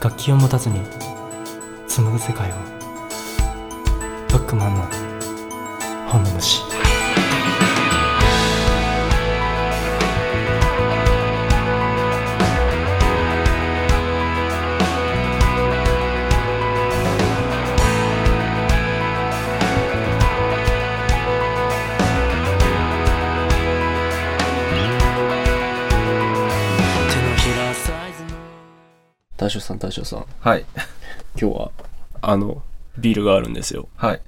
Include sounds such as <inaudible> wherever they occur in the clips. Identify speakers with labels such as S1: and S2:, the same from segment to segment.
S1: 楽器を持たずに紡ぐ世界をブックマンの本の虫
S2: 大将さん大将さん
S3: はい。
S2: 今日はあのビールがあるんですよ
S3: はい。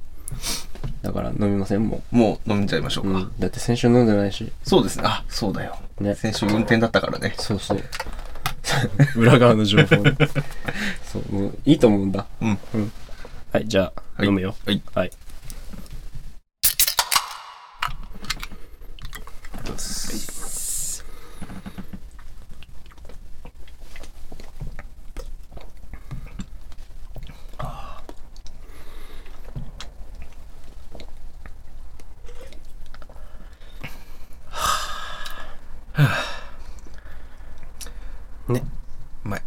S2: だから飲みませんも
S3: もう飲んじゃいましょう
S2: う、
S3: か。
S2: うん、だって先週飲んでないし
S3: そうですね。あ、そうだよ。
S2: ね
S3: 先週運転だったからね。
S2: そうそう裏側の情報 <laughs> そうもういいと思うんだ
S3: うん、
S2: はいじゃあ、
S3: はい
S2: 飲むよ
S3: はい
S2: はい
S3: うまい。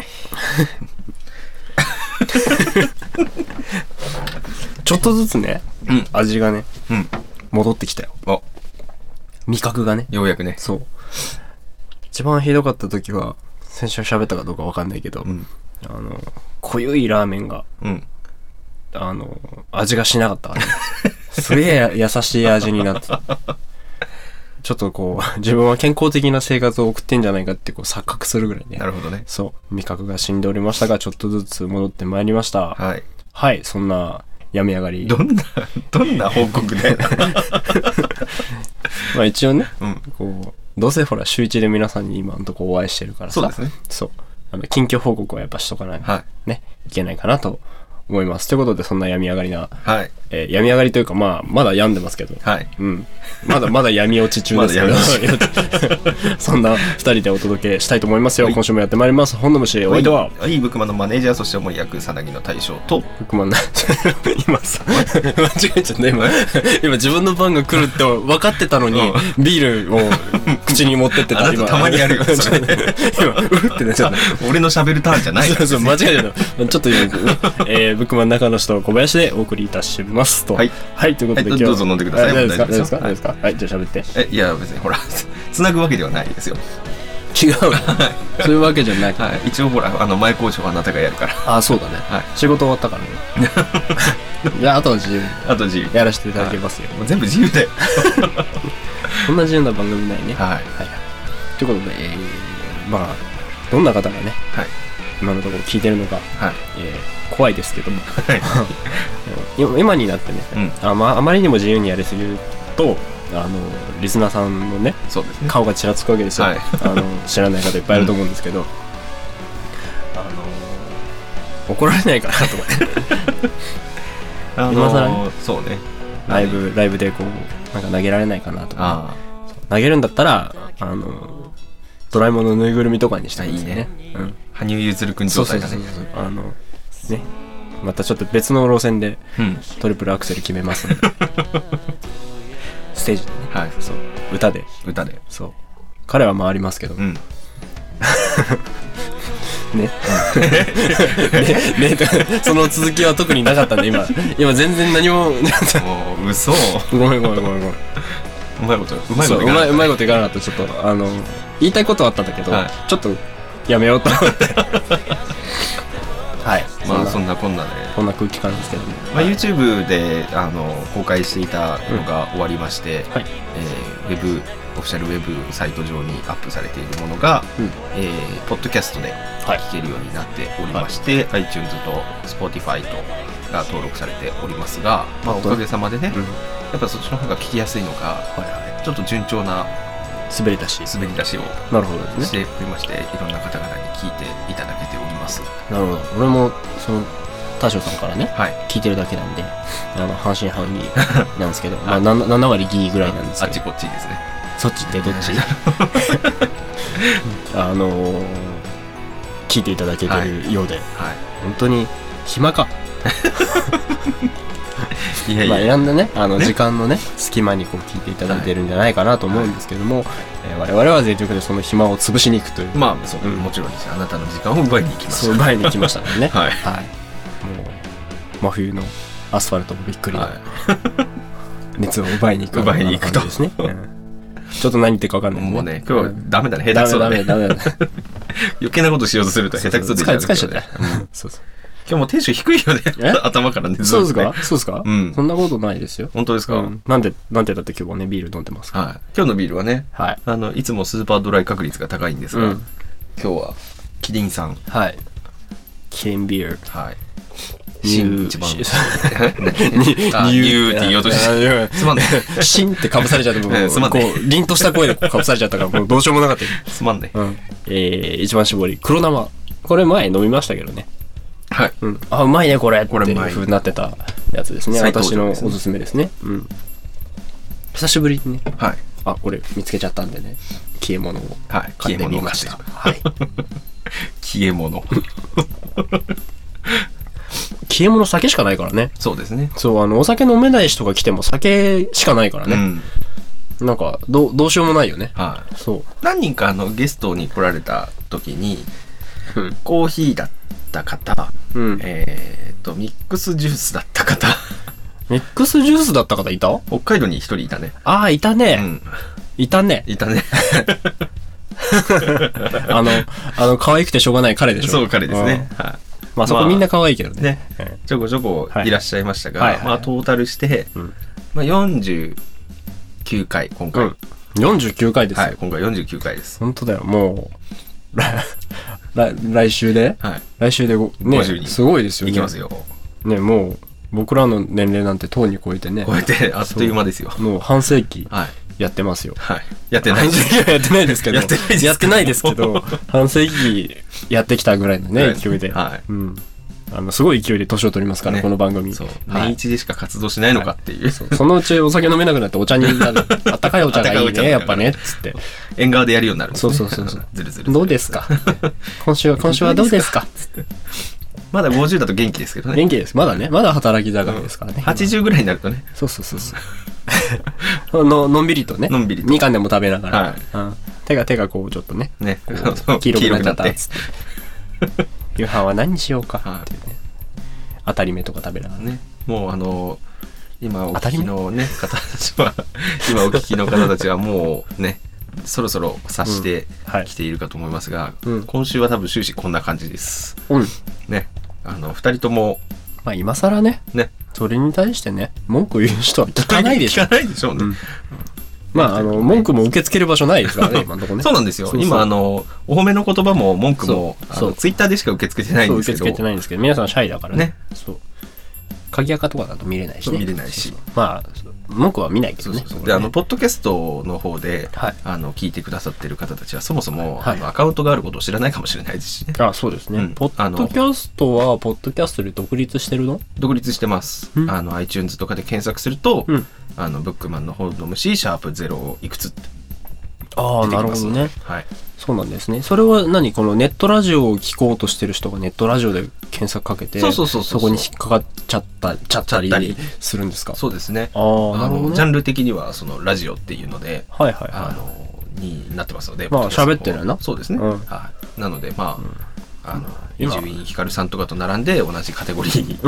S2: ちょっとずつね、
S3: うん
S2: 味がね、
S3: うん
S2: 戻ってきたよ
S3: あ、
S2: 味覚がね
S3: ようやくね。
S2: そう一番ひどかった時は先週喋ったかどうかわかんないけど、
S3: うん。
S2: あの濃ゆいラーメンが
S3: うん。
S2: あの、味がしなかったからね。すげえ優しい味になってた。ちょっとこう、自分は健康的な生活を送ってんじゃないかってこう錯覚するぐらいね
S3: な。るほどね。
S2: そう。味覚が死んでおりましたが、ちょっとずつ戻ってまいりました。
S3: はい。
S2: はい、そんな、やめ上がり。
S3: どんな、どんな報告だよ。
S2: まあ一応ね、
S3: うん。
S2: こう、どうせほら、週一で皆さんに今のとこお会いしてるからさ。
S3: そうですね。
S2: そう。あの、近況報告はやっぱしとかない、
S3: はい。
S2: ね、いけないかなと思います。ということで、そんな病み上がりな、
S3: はい。
S2: えー、病み上がりというか、まあ、まだ病んでますけど、
S3: はい。
S2: うん。まだまだ闇落ち中 <laughs> ですけど
S3: まだ、
S2: <laughs> そんな二人でお届けしたいと思いますよ。
S3: はい
S2: 今週もやってまいります。本の虫、おいでは。
S3: はい、ブックマンのマネージャー、そして主に役、さなぎの大将と、
S2: 僕もな、 <laughs> 今さ、間違えちゃった、今。今自分の番が来るって分かってたのに、ビールを口に持ってってた。
S3: あなた
S2: 今
S3: たまにやるよ
S2: ちょっ
S3: それ
S2: と <laughs> 今、うるってなっちゃった。 <laughs>
S3: 俺の喋るターンじゃない
S2: そう <laughs> そう、間違えちゃった。ちょっと今、えー、ブックマン中の人小林でお送りいたしますと。
S3: はい。
S2: はい、ということで、今
S3: はい
S2: 日
S3: どうぞ飲んでください
S2: あ大丈夫ですか大
S3: 大
S2: 丈夫ですか大丈夫ですかはい、じゃあ喋って。
S3: え、いや、別にほら、つなぐわけではないですよ。
S2: 違う。そういうわけじゃない。
S3: はい。一応ほら、あの、前交渉はあなたがやるから。
S2: あ、そうだね。
S3: はい。
S2: 仕事終わったからね。
S3: <laughs>
S2: じゃあ、あとは自由に
S3: あと自由。
S2: やらせていただきますよ。
S3: もう全部自由で。
S2: こんな自由な番組ないね。はい。
S3: はい。
S2: ということで、えー、まあ、どんな方がね、
S3: はい。
S2: 今のところ聞いてるのか、
S3: はい。
S2: えー、怖いですけども、
S3: はい。
S2: <laughs> 今今になってね、
S3: うん。
S2: あまあ、あまりにも自由にやりすぎると、あの、リスナーさんのね、
S3: そうですね。
S2: 顔がちらつくわけですよ。
S3: はい
S2: あの、知らない方いっぱいいると思うんですけど、あの、怒られないかなと <laughs> 思って。
S3: あ
S2: 今
S3: の
S2: 更
S3: ー、そうね。
S2: ライブ、ライブでこう、なんか投げられないかなとか、
S3: あ
S2: 投げるんだったら、あの、ドラえもんのぬいぐるみとかにしたいですね。うん。
S3: あ、羽生結弦君
S2: そ
S3: 状
S2: うそう
S3: 態だ
S2: そう
S3: ね
S2: そう。。あの、ね。またちょっと別の路線で
S3: うん。
S2: トリプルアクセル決めます <laughs> んでステージでね。
S3: はい。
S2: そう。歌で。
S3: 歌で。
S2: そう。彼は回りますけど。ね。
S3: うん。
S2: ね。 <laughs> ね。とその続きは特になかったんで、今。今全然何も。 <laughs>
S3: もう、嘘。う
S2: ごめんごめんごめんごめん。
S3: まいこと、うまいこ
S2: そう
S3: と
S2: う
S3: いかな
S2: まい
S3: い
S2: うまいこといかなかったちょっとあの言いたいことはあったんだけど、
S3: はい
S2: ちょっとやめようと思って <laughs> はい
S3: まあ、
S2: そ
S3: そ
S2: んなん
S3: なこんなで。
S2: こんな空気感ですけどね
S3: まあ、YouTube で、あの、公開していたのが終わりまして、
S2: はい
S3: えーウェブ、オフィシャルウェブサイト上にアップされているものが、
S2: うん
S3: えーポッドキャストで
S2: はい
S3: 聞けるようになっておりまして、iTunes と Spotify とが登録されておりますが、まあ、おかげさまでね、
S2: うん
S3: やっぱそっちの方が聞きやすいのか、ちょっと順調な
S2: 滑り出し
S3: 滑り出しを
S2: なるほどです
S3: し
S2: ね
S3: ておりまして、いろんな方々に聞いていただけております。は
S2: なるほど俺もその大将さんからね
S3: い。
S2: 聞いてるだけなんであの半信半疑なん
S3: <laughs>
S2: ですけど、まあ、7, 7割ギーぐらいなんです
S3: あ
S2: け
S3: っ
S2: ど
S3: ちこっちですね。
S2: そっちってどっち <laughs> あのー聞いていただけ <laughs> てるようで、
S3: はい。
S2: 本当に暇か
S3: いやい
S2: まあ、
S3: や、
S2: 選んだねあの
S3: ね
S2: 時間のね隙間にこう聞いていただいてるんじゃないかなと思うんですけども、えー我々は全力でその暇を潰しに行くという、
S3: まあそう、
S2: うん
S3: もちろんですあなたの時間を奪いに行きます
S2: そう前に来ましたもんね
S3: <laughs> はい
S2: はいもう真冬のアスファルトもびっくり、
S3: は
S2: 熱を奪いに行く
S3: 奪いに行くと
S2: 感じ
S3: <laughs>
S2: ですね、うんちょっと何言ってるか分かん
S3: い
S2: ない
S3: もうね今日はダメだね下手
S2: ダ
S3: く
S2: メ
S3: そだ
S2: ダ
S3: ね
S2: メダメダメ
S3: 余計なことしようとすると <laughs> 下手くそで
S2: 疲れ疲れちゃったよ
S3: 今
S2: うんそうそう
S3: 日もテンション低いよね
S2: え
S3: <laughs> 頭からねずっとね
S2: そうですかそうですか、
S3: うん
S2: そんなことないですよ、
S3: <laughs> 本当ですか、
S2: うんなんでなんでだって今日はねビール飲んでますから
S3: はい今日のビールはね
S2: はい
S3: あのいつもスーパードライ確率が高いんですが、
S2: うん
S3: 今日はキリンさん
S2: はいキリンビール
S3: はい
S2: ニュー
S3: 新
S2: <laughs>
S3: 一番
S2: し
S3: <laughs> あニューって言おうとして
S2: て
S3: すまんね
S2: <laughs> シンってかぶされちゃったも
S3: ええすま
S2: うんこ
S3: ね
S2: う凛とした声でかぶされちゃった
S3: <laughs>
S2: からもうどうしようもなかったよ
S3: すまんね
S2: うんえー一番搾り黒生これ前飲みましたけどね
S3: はい
S2: うんあうまいねこれって
S3: これ
S2: いう
S3: うまい
S2: 風になってたやつですね
S3: 再登
S2: 私
S3: 場
S2: の
S3: で
S2: お
S3: すね
S2: すすめですねうん久しぶりにね
S3: はい
S2: あこれ見つけちゃったんでね消え物を
S3: はい
S2: 買ってみました
S3: 消
S2: はい
S3: 消
S2: <laughs>
S3: え物
S2: 消え物酒しかないからね
S3: そうですね
S2: そうあのお酒飲めない人が来ても酒しかないから
S3: う
S2: ね、
S3: ん
S2: なんかどうどうしようもないよね
S3: はい
S2: そう
S3: 何人かあのゲストに来られた時に
S2: うん
S3: コーヒーだった方、
S2: うん、
S3: えー、とミックスジュースだった方
S2: ミックスジュースだった方いた
S3: 北海道に一人いたね、
S2: ああ、いた
S3: う
S2: ね、
S3: ん、
S2: いたね。
S3: いたね
S2: あの、あの、可愛くてしょうがない彼でしょ。
S3: そう彼ですね、は
S2: うん。まあそこみんな可愛いけど
S3: い、
S2: ね。
S3: ね
S2: うん
S3: ちょこちょこ
S2: はい
S3: いらっしゃいましたが、
S2: はいはい
S3: まあ、トータルして、
S2: うん
S3: まあ、49回今
S2: う
S3: 回、
S2: ん。49回ですよ。
S3: はい今回49回です
S2: 本当だよ、もう。 <laughs> 来、来来週で
S3: はい
S2: 来週でご、ね
S3: 52、
S2: すごいですよね。
S3: いきます。よ
S2: ね、もう、僕らの年齢なんてとうに超えてね
S3: こう、やってあっという間ですよ
S2: もう半世紀
S3: はい、
S2: やってますよ。
S3: はい、やってない
S2: <laughs> いややってないですけど。
S3: やってないですけど
S2: やってないですけど、半世紀やってきたぐらいのね、勢いで。
S3: はい
S2: うん。あの、すごい勢いで年を取りますから、
S3: ね
S2: この番組。
S3: <laughs> そう
S2: は
S3: 年
S2: い。
S3: 一でしか活動しないのかっていう、
S2: そのうちお酒飲めなくなってお
S3: <laughs>
S2: 茶になる。あったかいお茶がい
S3: あ
S2: い
S3: ったかいお茶
S2: ね、やっぱね、つって。
S3: 縁側でやるようになるんですね、
S2: そうそうそうそう
S3: <laughs> ずるずるずる
S2: どうですか今週は、今週はどうです
S3: <laughs>
S2: か
S3: まだ50だと元気ですけどね
S2: 元気です。まだね、まだ働き盛りですからね。
S3: 80ぐらいになるとね
S2: そうそうそう
S3: <laughs>
S2: そう。ののんびりとね。
S3: のんびりと
S2: みかんでも食べながら。
S3: はい
S2: うん手が手がこうちょっとね。
S3: ね <laughs>
S2: こう
S3: そう
S2: 黄色くなっちゃった
S3: 黄色くなって
S2: っつって。 <laughs> 夕飯は何にしようか
S3: はい
S2: っていうね。当たり目とか食べながらね。
S3: ねもうあの今お
S2: 当た
S3: 聞
S2: り
S3: き
S2: 前
S3: のね方たちは今お聞きの方たちはも
S2: <laughs>
S3: うねそろそろ察して
S2: うんはい
S3: きているかと思いますが、
S2: うん
S3: 今週は多分終始こんな感じです
S2: うん。
S3: ねあの2人とも
S2: まあ今更ね、
S3: ね
S2: それに対してね、文句言う人は聞かないでしょ。
S3: 聞かないでしょうね、
S2: うんまあ、あの、文句も受け付ける場所ないですから
S3: <laughs>
S2: ね、今のところね。
S3: そうなんですよ
S2: そうそう
S3: 今あのお褒めの言葉も文句も
S2: そう
S3: あ
S2: そ
S3: の
S2: う
S3: ツイッターでしか受け付けてない
S2: そう
S3: んで
S2: 受
S3: す
S2: け付
S3: け
S2: け
S3: ど
S2: てないんですけど、皆さんシャイだからね。
S3: ね
S2: そう。鍵垢とかだと見れないし、
S3: そう
S2: ね。
S3: 見れない
S2: そ
S3: し
S2: うそう。まあ、文句は見ないけ
S3: そ
S2: ど
S3: う
S2: ね
S3: そう。そう
S2: こ
S3: で
S2: れ
S3: あ
S2: ね
S3: のポッドキャストの方で、
S2: はい
S3: あの聞いてくださってる方たちはそもそも、
S2: はい
S3: あのアカウントがあることを知らないかもしれないですしね
S2: あ、そうですね、
S3: うん
S2: ポッドキャストは、ポッドキャストで独立してるの
S3: 独立してます、
S2: うん
S3: あの iTunes とかで検索すると、
S2: うん
S3: あのブックマンの方の虫シャープゼロいくつって
S2: ああ、
S3: 出てき
S2: なる
S3: ま
S2: ほ
S3: す
S2: どね。
S3: はい、
S2: そうなんですね。それは何このネットラジオを聞こうとしてる人がネットラジオで検索かけて、
S3: そうそうそうそ
S2: そ
S3: う
S2: こに引っかかっちゃった、ちゃったり
S3: ちゃったり
S2: するんですか
S3: そうですね
S2: ああ、なる
S3: の
S2: ほ
S3: ジ
S2: ど
S3: ャ
S2: ね。
S3: ンル的にはそのラジオっていうので
S2: はいはい
S3: あ
S2: は
S3: のになってますので
S2: まあ
S3: ポッドキャストの
S2: 喋ってるよな
S3: そうですね、
S2: うん
S3: はいなのでまあ、あの伊
S2: 今
S3: 集院光さんとかと並んで同じカテゴリーに
S2: い。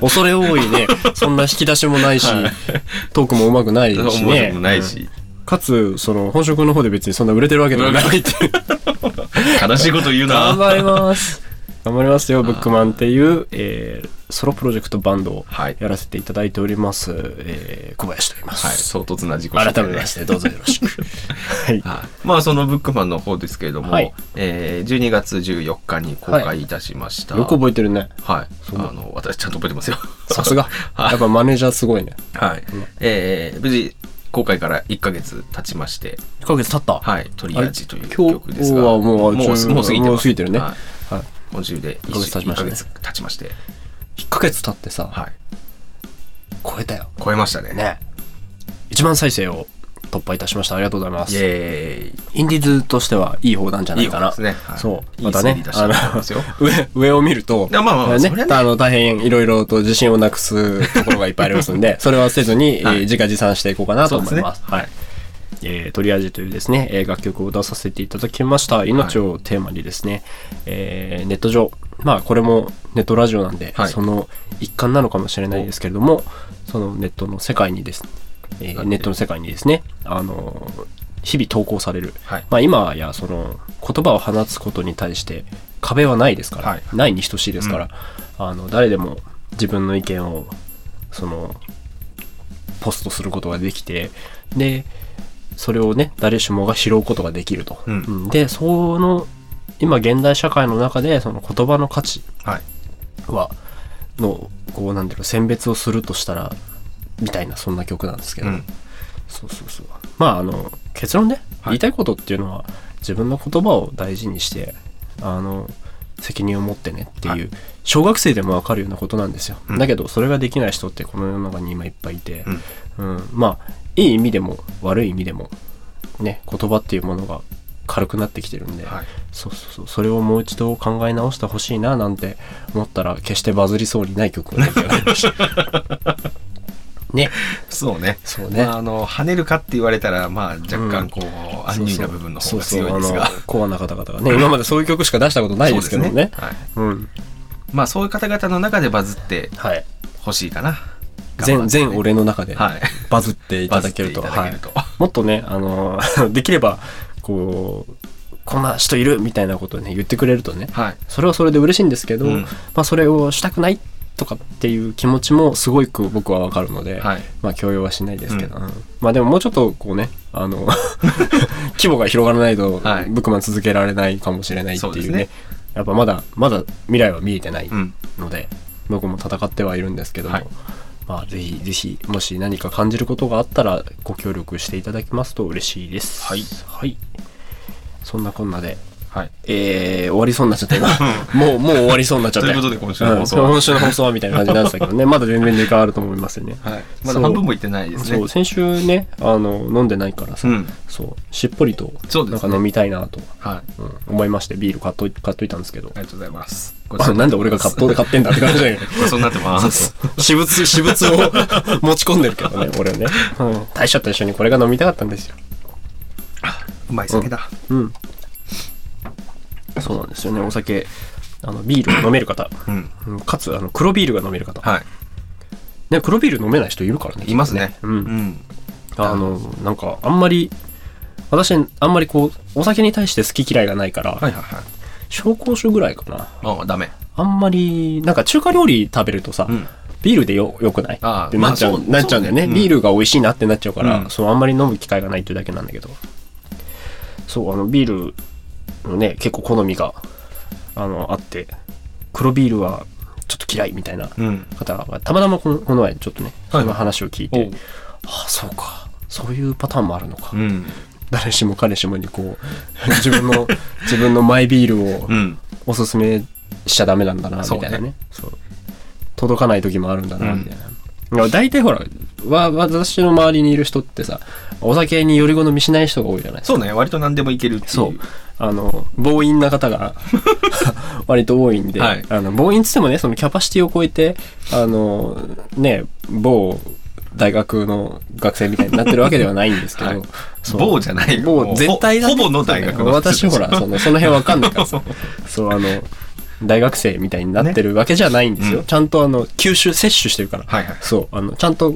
S2: 恐れ多いね。そんな引き出しも
S3: <laughs>
S2: ないし、トークもうまくないし
S3: 思い
S2: ね。
S3: もないし、
S2: かつ、その、本職の方で別にそんな売れてるわけでもないっていう。
S3: 悲しいこと
S2: <laughs>
S3: 言うな
S2: 頑張ります。頑張りますよ、ブックマンっていう、えーソロプロジェクトバンドを
S3: はい
S2: やらせていただいております、えー小林と言いま
S3: はい、
S2: す。
S3: 唐突な自己
S2: 改めまして、どうぞよろしく。
S3: <laughs>
S2: はい。
S3: はい、まあそのブックマンの方ですけれども、
S2: はい
S3: えー12月14日に公開いたしました。
S2: よく覚えてるね。
S3: はい、あの私ちゃんと覚えてますよ。
S2: さすが。
S3: はい
S2: やっぱマネージャーすごいね。
S3: <laughs> はい、えー無事公開から1ヶ月経ちまして、
S2: 1ヶ月経った。
S3: はい、トリアージという
S2: あれ今日
S3: 曲ですが、
S2: はもう
S3: もう
S2: ちょ
S3: もう過ぎてます
S2: もう過ぎてるね
S3: はい
S2: はい
S3: 今週で
S2: 一ヶ月経ちましたね
S3: 一ヶ月経ちまして、
S2: 1ヶ月経ってさ、
S3: はい、
S2: 超えたよ。
S3: 超えましたね。
S2: ね。1万再生を突破いたしました。ありがとうございま
S3: イ
S2: す。
S3: エー
S2: インディーズとしてはいい方なんじゃ
S3: イ。
S2: ないかな。
S3: ですね。はい
S2: そう。
S3: いい
S2: また
S3: 推
S2: ね
S3: 理、出して
S2: あ
S3: ると思い
S2: の
S3: ますよ。
S2: 上、上を見ると、
S3: まあまあまあ
S2: ね
S3: それはね
S2: あの、大変いろいろと自信をなくすところがいっぱいありますん
S3: <laughs>
S2: で、それはせずに、えー
S3: はい
S2: 自画自賛していこうかなと思います。
S3: そ
S2: はい。えー、トリアージというですね、えー楽曲を出させていただきました。命をテーマにですね、えーネット上、まあこれもネットラジオなんで、
S3: はい
S2: その一環なのかもしれないですけれども、そのネットの世界にですね、えーネットの世界にですね、あのー日々投稿される、
S3: はい
S2: まあ、今やその言葉を放つことに対して壁はないですから、
S3: はい
S2: ないに等しいですから、あの誰でも自分の意見をそのポストすることができてでそれをね誰しもが拾うことができると、
S3: うん
S2: うんでその今現代社会の中でその言葉の価値
S3: はい。
S2: はのこうなんていうの選別をするとしたらみたいなそんな曲なんですけど、
S3: うん
S2: そうそうそうまああの結論ね、言いたいことっていうのは自分の言葉を大事にしてあの責任を持ってねっていう、
S3: はい
S2: 小学生でもわかるようなことなんですよ、
S3: うん
S2: だけどそれができない人ってこの世の中に今いっぱいいて、
S3: うん
S2: うん、まあいい意味でも悪い意味でもね言葉っていうものが軽くなってきてるんで、
S3: はい
S2: そうそうそうそれをもう一度考え直してほしいななんて思ったら決してバズりそうにない曲が出来上がりました
S3: <laughs>
S2: ね
S3: そうね。
S2: そうね
S3: まあ、あの、跳ねるかって言われたら、まあ、若干こう、アンニュイな部分の方が強いですが。
S2: そうそうあのコアな方々がね今までそういう曲しか出したことないですけどね
S3: そうですねはい
S2: うん
S3: まあ、そういう方々の中でバズって
S2: はい
S3: ほしいかな。
S2: 全全俺の中で
S3: はい
S2: バズっていた
S3: バズ
S2: だ
S3: っ
S2: け
S3: て
S2: る
S3: い
S2: と
S3: ただけると。
S2: はいもっとねあの <laughs> できればこうこんな人いるみたいなことをね言ってくれるとね
S3: はい。
S2: それはそれで嬉しいんですけど、
S3: うん
S2: まあ、それをしたくないとかっていう気持ちもすごく僕はわかるので、
S3: はい
S2: まあ強要はしないですけど、うんまあでももうちょっとこうねあ
S3: <laughs>
S2: の規模が広がらないと、
S3: はい
S2: ブックマン続けられないかもしれないってい
S3: そうで
S2: う
S3: す
S2: ね
S3: ね
S2: やっぱまだまだ未来は見えてない
S3: うん。
S2: ので、僕も戦ってはいるんですけども、
S3: はい
S2: まあぜひぜひもし何か感じることがあったらご協力していただきますと嬉しいです。
S3: はい
S2: はい、そんなこんなで
S3: はい。
S2: えー、終わりそうになっちゃった今。もう、もう終わりそうになっちゃった。
S3: ということで今週の放送は
S2: うん今週の放送はみたいな感じなんですけどね。まだ全然時間あると思いますよね。
S3: はい。まだ半分もいってないです
S2: そ
S3: ね
S2: う、。先週ね、あの、飲んでないからさ、
S3: うん
S2: そう、しっぽりと
S3: そう、で
S2: なん
S3: すね
S2: か飲みたいなと、
S3: はい。
S2: うん思いまして、ビール買っとい買っといたんですけど
S3: あ。りがとうございます。ごちそ
S2: あ
S3: うにな
S2: な
S3: っ
S2: ん
S3: て
S2: で俺が葛藤で買ってんだって感じだけど。
S3: <laughs> ごちそうになってます。
S2: 私物、私物を <laughs> 持ち込んでるけどね、俺はね。うん。大将と一緒にこれが飲みたかったんですよ。
S3: うまい酒だ。
S2: うん。そうなんですよね、お酒、あの、ビールを飲める方。
S3: うん。
S2: うんかつあの黒ビールが飲める方、
S3: はい。
S2: ね、黒ビール飲めない人いるからね
S3: いますね。
S2: うん
S3: ん。
S2: あのなんかあんまり私あんまりこうお酒に対して好き嫌いがないから、
S3: はいはいはい。
S2: 紹興酒ぐらいかな
S3: ああ、ダメ。
S2: あんまりなんか中華料理食べるとさ、
S3: うん
S2: ビールでよよくない
S3: あー
S2: ってなっちゃう,、
S3: まあそう
S2: なっちゃうんだよね、
S3: そうねうん
S2: ビールが美味しいなってなっちゃうから、
S3: うん
S2: そうあんまり飲む機会がないっていうだけなんだけどそうあのビールのね結構好みがあのあって黒ビールはちょっと嫌いみたいな
S3: うん。
S2: 方がたまたまこのこの前ちょっとね、
S3: はい
S2: その話を聞い
S3: お
S2: て
S3: う
S2: ああそうかそういうパターンもあるのか、
S3: うん。
S2: 誰しも彼しもにこう <laughs> 自分
S3: <laughs>
S2: の自分のマイビールを
S3: うん。
S2: おすすめしちゃダメなんだなみた
S3: そう
S2: い
S3: ね
S2: なねそう届かない時もあるんだなみたいな、いや大体ほらわ私の周りにいる人ってさお酒により好みしない人が多いじゃない
S3: そうね、割と何でもいけるっていう。
S2: そう。あの、暴飲な方
S3: <laughs>
S2: が割と多いんで、
S3: はい
S2: あの暴飲っつってもね、そのキャパシティを超えて、あの、ね、某大学の学生みたいになってるわけではないんですけど、
S3: <laughs> はい
S2: そう
S3: 某じゃないよも
S2: 某
S3: う
S2: 絶対だね
S3: ほぼの大学の
S2: 私ほら、そのその辺わかん
S3: <laughs>
S2: ないからさ、そう、あの、大学生みたいになってるわけじゃないんですよ。
S3: うん
S2: ちゃんとあの、吸収、摂取してるから。
S3: はいはい。
S2: そう、あの、ちゃんと、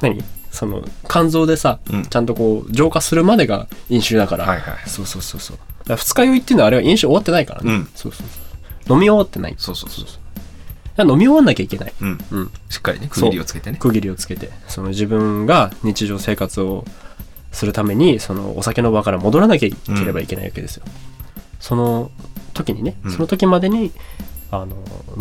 S2: 何その、肝臓でさ、
S3: うん
S2: ちゃんとこう、浄化するまでが飲酒だから、
S3: はいはい。
S2: そうそうそうそう。だから二日酔いっていうのはあれは飲酒終わってないからね。
S3: うん
S2: そうそうそう。飲み終わってない。
S3: そうそうそう。
S2: だから飲み終わんなきゃいけない。
S3: うん。
S2: うん。
S3: しっかりね、区切りをつけてね。
S2: 区切りをつけて。その自分が日常生活をするために、そのお酒の場から戻らなきゃいければいけないわけですよ。その時にね、
S3: うん
S2: その時までに、あの、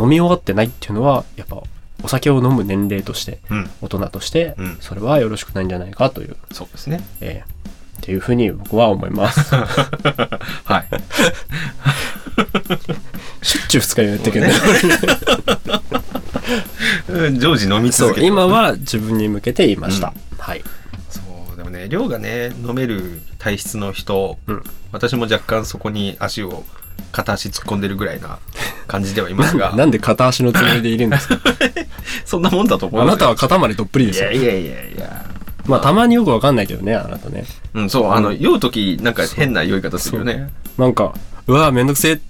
S2: 飲み終わってないっていうのは、やっぱ、お酒を飲む年齢として、
S3: うん。
S2: 大人として
S3: うん、
S2: それはよろしくないんじゃないかという、
S3: そうですね。
S2: えーっていうふうに僕は思います。
S3: <laughs> はい。
S2: しょっちゅう二日酔いやってるけど
S3: <laughs>
S2: ね。
S3: うん常時飲み
S2: そ
S3: 続
S2: う
S3: けて。
S2: 今は自分に向けて言いました、はい
S3: そうでもね量がね飲める体質の人、
S2: うん
S3: 私も若干そこに足を片足突っ込んでるぐらいな感じではいま
S2: <laughs>
S3: す
S2: な
S3: が
S2: なんで片足のつもりでいるんです
S3: <laughs>
S2: か
S3: そんなもんだと思
S2: <laughs>
S3: う
S2: あなたは
S3: か
S2: 肩までどっぷりで
S3: い
S2: すよ
S3: や。いやいやいや
S2: まあ、たまによくわかんないけどね、あなたね。
S3: うんそうあの酔う時なんか変な酔い方するよね
S2: なんか、うわぁ、めんどくせえっ
S3: <laughs>
S2: て。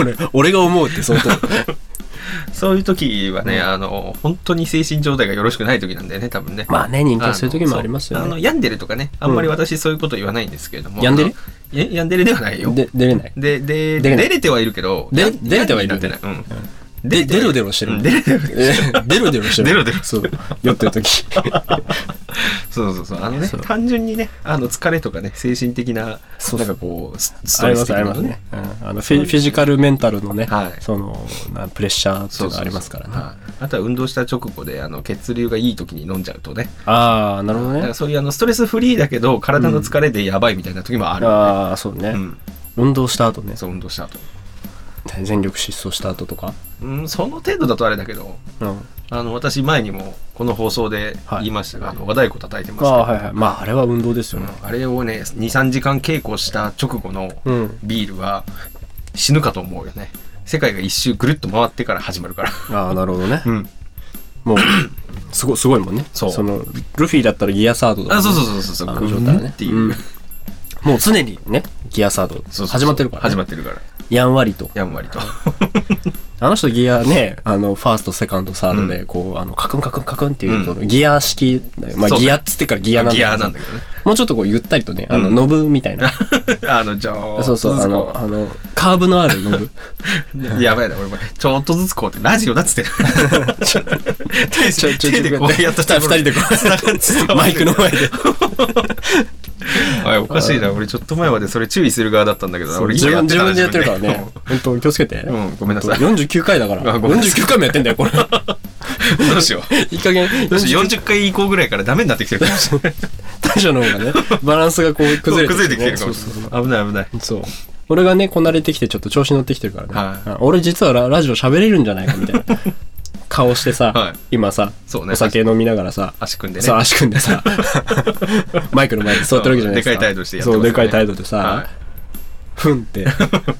S2: 俺、俺が思うって、相当。
S3: そういう時はね、あの本当に精神状態がよろしくない時なんだよね多分ね
S2: まあね、認可する時もありますよ
S3: あのそうあ
S2: ね。
S3: の病んでるとかねあんまり私そういうこと言わないんですけれども、
S2: 病んでる
S3: あのえ病んでるではないよ
S2: で、出れない。
S3: で、
S2: 出れ
S3: で、出
S2: ない
S3: れてはいるけど、
S2: で
S3: や
S2: 出れてはいる
S3: やんになってない。うん。
S2: で、デロデ
S3: ロ
S2: ロしてる。
S3: 出れてる。
S2: え <laughs> デロデロしてる。
S3: デロデロ
S2: そう。酔ってる時。
S3: そうそうそう。あのね
S2: そう、
S3: 単純にね、あの、疲れとかね、精神的な、
S2: そう
S3: なんかこう、スス
S2: あ
S3: ト
S2: り
S3: レ
S2: ま
S3: ス
S2: す
S3: 的
S2: あり
S3: な
S2: ます
S3: の
S2: ね
S3: ね。。
S2: うんあのフィフィジカル、メンタルのね
S3: は、い
S2: その、なプレッシャーっていうのがありますからね。
S3: はいあとは運動した直後であの血流がいい時に飲んじゃうとね
S2: ああ、なるほど
S3: だか
S2: ね
S3: ら。そういうあのストレスフリーだけど体の疲れでやばいみたいな時もあるよね
S2: ああ、そうね、
S3: うん
S2: 運動した後ね。
S3: そう運動した後
S2: 全力疾走した後とか。
S3: うんその程度だとあれだけど
S2: うん。
S3: あの私前にもこの放送で言いましたが、あの和太鼓叩いてます
S2: あ
S3: けど
S2: あ、はいはい。まあ、あれは運動ですよね。
S3: あれをね23時間稽古した直後の
S2: うん
S3: ビールは死ぬかと思うよね世界が一周ぐるっと回ってから始まるから
S2: ああ、なるほどね。
S3: うん
S2: も
S3: <coughs>
S2: う、すごすごいもんね。
S3: そう
S2: の、ルフィだったらギアサードだ
S3: あそうそうそうそうそ
S2: あ
S3: う
S2: の状態だね。
S3: っていう、
S2: んもう常にね、ギアサード。
S3: そうそうそう
S2: 始まってるから、ね。
S3: 始まってるから
S2: やんわりと。
S3: やんわりと
S2: あの人ギアね、あの、ファースト、セカンド、サードで、こう、あの、カクンカクンカクンっていう、そのギア式だよ、まあ、
S3: そうだね
S2: ギアっつってからギアなんだけ
S3: ギ
S2: ど
S3: アなんだけどね
S2: もうちょっとこう、ゆったりとね、あの、
S3: うん
S2: ノブみたいな。
S3: あのじ <laughs> ゃあ
S2: そうそう、あの、あの、カーブのあるノブ。
S3: <laughs> やばいな俺もちょっとずつこうってラジオだっつって手
S2: ちょ、ちょ、
S3: 手
S2: ち
S3: で
S2: ょ、
S3: こうやっと
S2: 二人で
S3: <laughs>
S2: こう、マイクの前で。
S3: おいおかしいな俺ちょっと前までそれ注意する側だったんだけどな俺
S2: 自
S3: 今や
S2: 分、
S3: っ
S2: 自
S3: てたな
S2: 分でやってるからね。本当気をつけて。
S3: うんうんごめんなさい
S2: 49回だから。
S3: あごめんなさい
S2: 49回もやってんだよ、こ
S3: <laughs>
S2: れ。
S3: どうしよう
S2: いい加減、
S3: どうしよう40回以降ぐらいからダメになってきてるかもしれない
S2: 対処の方がね、バランスがこう崩れて
S3: 崩れてきてるかも
S2: そ
S3: し
S2: うそう
S3: れない。危ない危ない。
S2: そうそう。俺がね、こなれてきてちょっと調子乗ってきてるからね。
S3: はい
S2: あ俺実はララジオ喋れるんじゃないかみたいな顔してさ、
S3: <laughs> はい
S2: 今さ、
S3: そうね
S2: お酒飲みながらさ、
S3: 足組んでね
S2: そう。足組んで <laughs> さ、マイクの前で座ってるわけじゃないですか。
S3: でかい態度してやって
S2: そ
S3: ます
S2: う、
S3: よ
S2: で
S3: ね
S2: かい態度でさ、
S3: はい
S2: ふんって、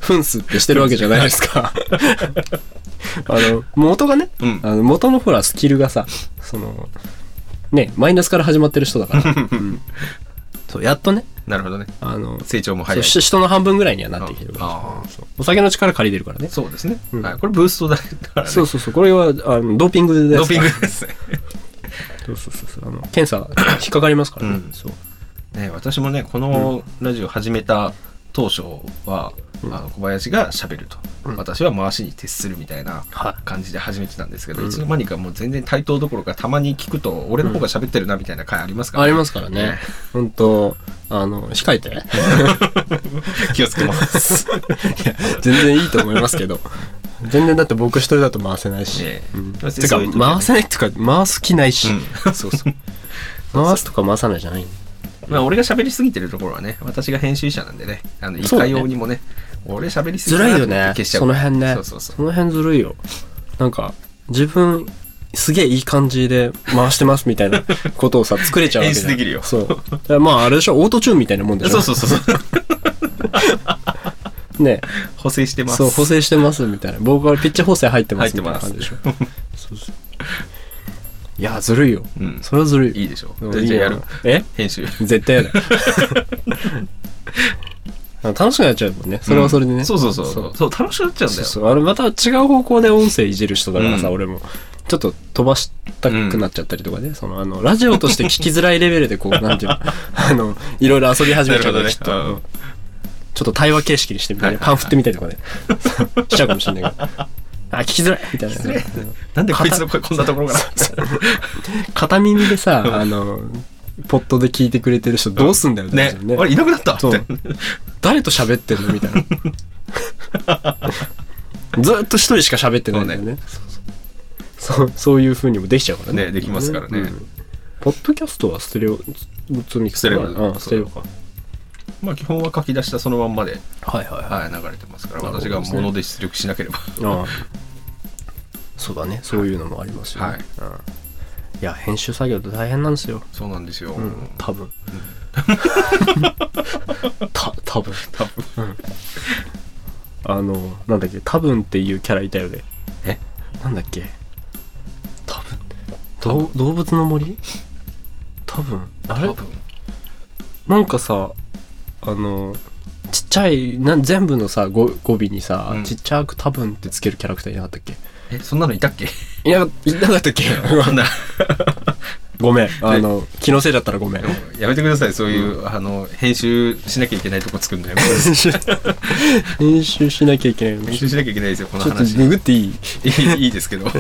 S2: ふんすってしてるわけじゃないです <laughs> か。あの、元がね、
S3: うん
S2: あの元のほら、スキルがさ、その、ね、マイナスから始まってる人だ <laughs> から、うんそう、やっとね、
S3: なるほどね。
S2: あの、
S3: 成長も
S2: そ
S3: 早
S2: う
S3: い。
S2: し人の半分ぐらいにはなってきてるから
S3: ああ
S2: そうお酒の力借りてるからね。
S3: そうですね。
S2: うん
S3: はいこれブーストだからね。
S2: そうそうそう、これは、あの、ドーピングです。
S3: ドーピングですね。
S2: そうそうそうそう、あの、検査、引っかかりますからね。
S3: うん
S2: そう。
S3: ね私もね、このラジオ始めた当初は、
S2: うん
S3: あの小林が喋ると、
S2: うん
S3: 私は回しに徹するみたいな
S2: はい
S3: 感じで始めてたんですけど、
S2: うん
S3: いつの間にかもう全然対等どころかたまに聞くと俺の方が喋ってるなみたいな回ありますから、
S2: ありますからね
S3: ね。
S2: 本当あの、控えて。いや
S3: 気をつ
S2: <laughs>
S3: けます、
S2: 全然いいと思いますけど。全然だって僕一人だと回せないし。
S3: ええ
S2: うん
S3: そして
S2: てか
S3: そういう、時はね
S2: 回せないっていうか、回す気ないし。
S3: うん
S2: そうそう。回すとか回さないじゃない。
S3: まあ俺が喋りすぎてるところはね私が編集者なんでねあのい
S2: そうだ
S3: か
S2: ね
S3: ようにもね俺喋りすぎ
S2: ず
S3: だ
S2: る
S3: ないと
S2: よ
S3: 思って
S2: ね。
S3: 消しちゃう
S2: その辺ね。
S3: そうそうそう
S2: その辺ずるいよ。なんか、自分、すげえいい感じで回してますみたいなことをさ、作れちゃうわけじゃん
S3: 演出できるよ
S2: そう。だからまあ、あれでしょ、オートチューンみたいなもんでしょ。
S3: そうそうそうそう。
S2: う。ね。
S3: 補正してます。
S2: そう、補正してますみたいな。僕はピッチ補正入ってますみたいな
S3: 入
S2: 感
S3: っ
S2: じで
S3: てま
S2: し
S3: す
S2: ょ。そうそういや、ずるいよ。
S3: うん
S2: それはずるい。
S3: いいでしょ
S2: うん
S3: じゃあ
S2: いいよ
S3: じゃあやる。
S2: え
S3: 編集。
S2: 絶対や
S3: <laughs>
S2: だ。あの楽しくなっちゃうもんね。それはそれでね。
S3: そうそうそう。
S2: そ
S3: そうう楽しくなっちゃうんだ
S2: そう
S3: よ。
S2: そうあれまた違う方向で音声いじる人だからさ、
S3: うん
S2: 俺もちょっと飛ばしたくなっちゃったりとかね、そのあのラジオとして聞きづらいレベルでこうなんて
S3: <laughs>
S2: いうのあのいろいろ遊び始めちゃうから、
S3: なる
S2: きっ
S3: ほど
S2: と、
S3: ねうん
S2: うんちょっと対話形式にしてみたり、
S3: はい
S2: パン振ってみたりとかね
S3: <laughs>
S2: しちゃうかもしれないけどあ聞きづらいみたいなね、うん
S3: なんでこいつの声こんなところから。
S2: 片耳でさあのポットで聞いてくれてる人どうすんだよって
S3: ね
S2: 話だよ、
S3: あれいなくなったって
S2: そう。誰と喋ってんのみたいな <laughs> ずーっと一人しか喋ってないんだよねそうそういう風にもできちゃうからね
S3: <laughs> ねできますからね
S2: うんポッドキャストはステレオ積み
S3: ステレオ
S2: うんステレオか
S3: まあ基本は書き出したそのまんまで、
S2: はいはいはい
S3: はい、流れてますから、
S2: なるほど
S3: 私
S2: ね
S3: が物で出力しなければ。
S2: ああそうだねそういうのもありますよね、
S3: はい
S2: うんいや編集作業って大変なんですよ
S3: そうなんですよ。
S2: うん多 <laughs> 分た多分
S3: 多分
S2: あのなんだっけ多分っていうキャラいたよね
S3: え
S2: なんだっけ多分どう動物の森多分あれ
S3: 多分
S2: なんかさあのちっちゃいなん全部のさ語語尾にさ、
S3: うん
S2: ちっちゃく多分ってつけるキャラクターいなかったっけ
S3: え、そんなのいたっけ <laughs>
S2: いなかいなかったっけ <laughs>
S3: そんな
S2: ごめんあの気のせいだったらごめん
S3: やめてください。そういう、あの、編集しなきゃいけないとこつくんだよ。
S2: 編集編集しなきゃいけないの
S3: 編
S2: ちょ
S3: 集しなきゃいけないですよ、この
S2: っと
S3: 話。い
S2: ググっていい
S3: いいいです
S2: <laughs>
S3: けど。い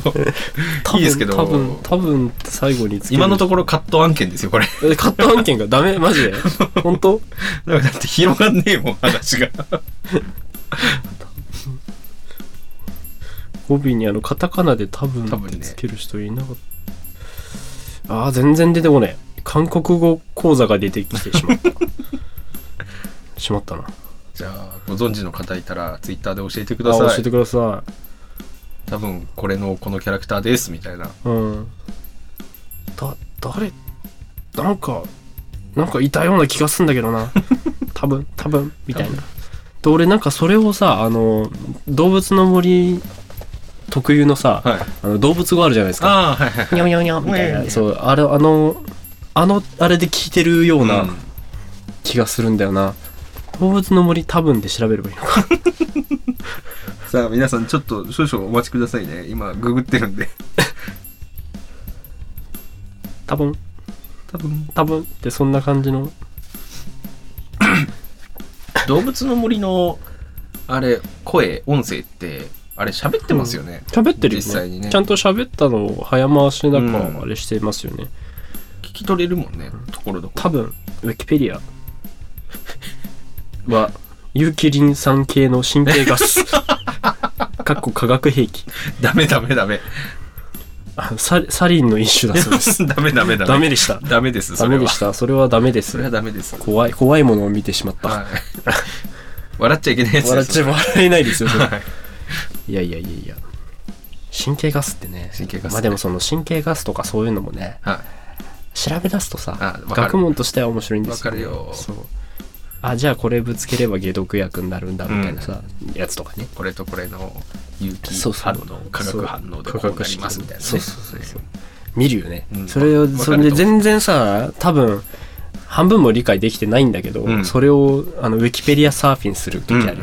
S3: いですけど
S2: 多分多分って最後につける
S3: 今のところカット案件ですよ、これ。 <laughs>
S2: えカット案件がダメマ <laughs> ジで本当
S3: だからだって広がんねえもん、話が。
S2: 語尾にあのカタカナで多分
S3: 多分
S2: っ
S3: ね
S2: てつける人いなかった、ああ全然出てこねえ韓国語講座が出てきてしまった
S3: <laughs>
S2: しまったな
S3: じゃあ、ご存知の方いたら、ツイッターで教えてくだ
S2: あ教
S3: さ
S2: え
S3: い
S2: て。くださ
S3: 多分、これの、このキャラクターです、みたいな。
S2: いうんだ誰なんかなんかいたような気がすんだけど
S3: <laughs>
S2: な多分多分みたい
S3: 多
S2: なで俺なんかそれをさあの動物の森特有のさ、
S3: はい。
S2: あの動物語あるじゃないですか
S3: ああ、はいはい
S2: に
S3: は
S2: ょにょにょみたい
S3: うん
S2: な、そう、あれ、あの、あの、あれで聞いてるよう
S3: い。
S2: な気がするんだよな。動物の森多分で調べればいいのか。
S3: さあ、皆さん、ちょっと少々お待ちくださいね。今、ググってるんで。
S2: 多分、
S3: 多分、
S2: 多分ってそんな感じの。
S3: 動物の森の、あれ、声、音声って、あれ、喋ってますよね。
S2: 喋ってるよね。
S3: 実際にね
S2: ちゃんと喋ったのを早回しだか
S3: うん
S2: らあれしてますよね。
S3: 聞き取れるもんね、ところどこ
S2: 多分、ウィキペディアは、有機リン酸系の神経ガス。かっこ化学兵器。
S3: ろ。ダメダメダメ。
S2: あサリサリンの一種だそうです。
S3: ダメダメダメ。
S2: ダメでした。
S3: ダメです、
S2: ダ
S3: それ
S2: メ
S3: は
S2: で。した。それはダメです
S3: それ。はダメです。
S2: 怖い、怖いものを見てしまった。
S3: はい。笑っちゃいけないやつ
S2: 笑っちゃ
S3: ま
S2: 笑えないですよ、それ
S3: はい。
S2: いやいやいやいや。神経ガスってね。
S3: 神経ガスね
S2: まあでもその神経ガスとかそういうのもね、
S3: は
S2: 調べ出すとさ
S3: あ、わかる
S2: 学問としては面白いんですよ、
S3: わかるよ
S2: そう。あ、じゃあこれぶつければ解毒薬になるんだみたいなさ、やつとかね。
S3: い。これとこれの有機
S2: そうそう
S3: 反応、化学反応でこうなりますみたいなね。
S2: そうそうそうそう。見るよね。
S3: うん
S2: それを、
S3: わわかると
S2: それで全然さ、多分、半分も理解できてないんだけど、
S3: うん
S2: それをあのウィキペディアサーフィンする時あるよね。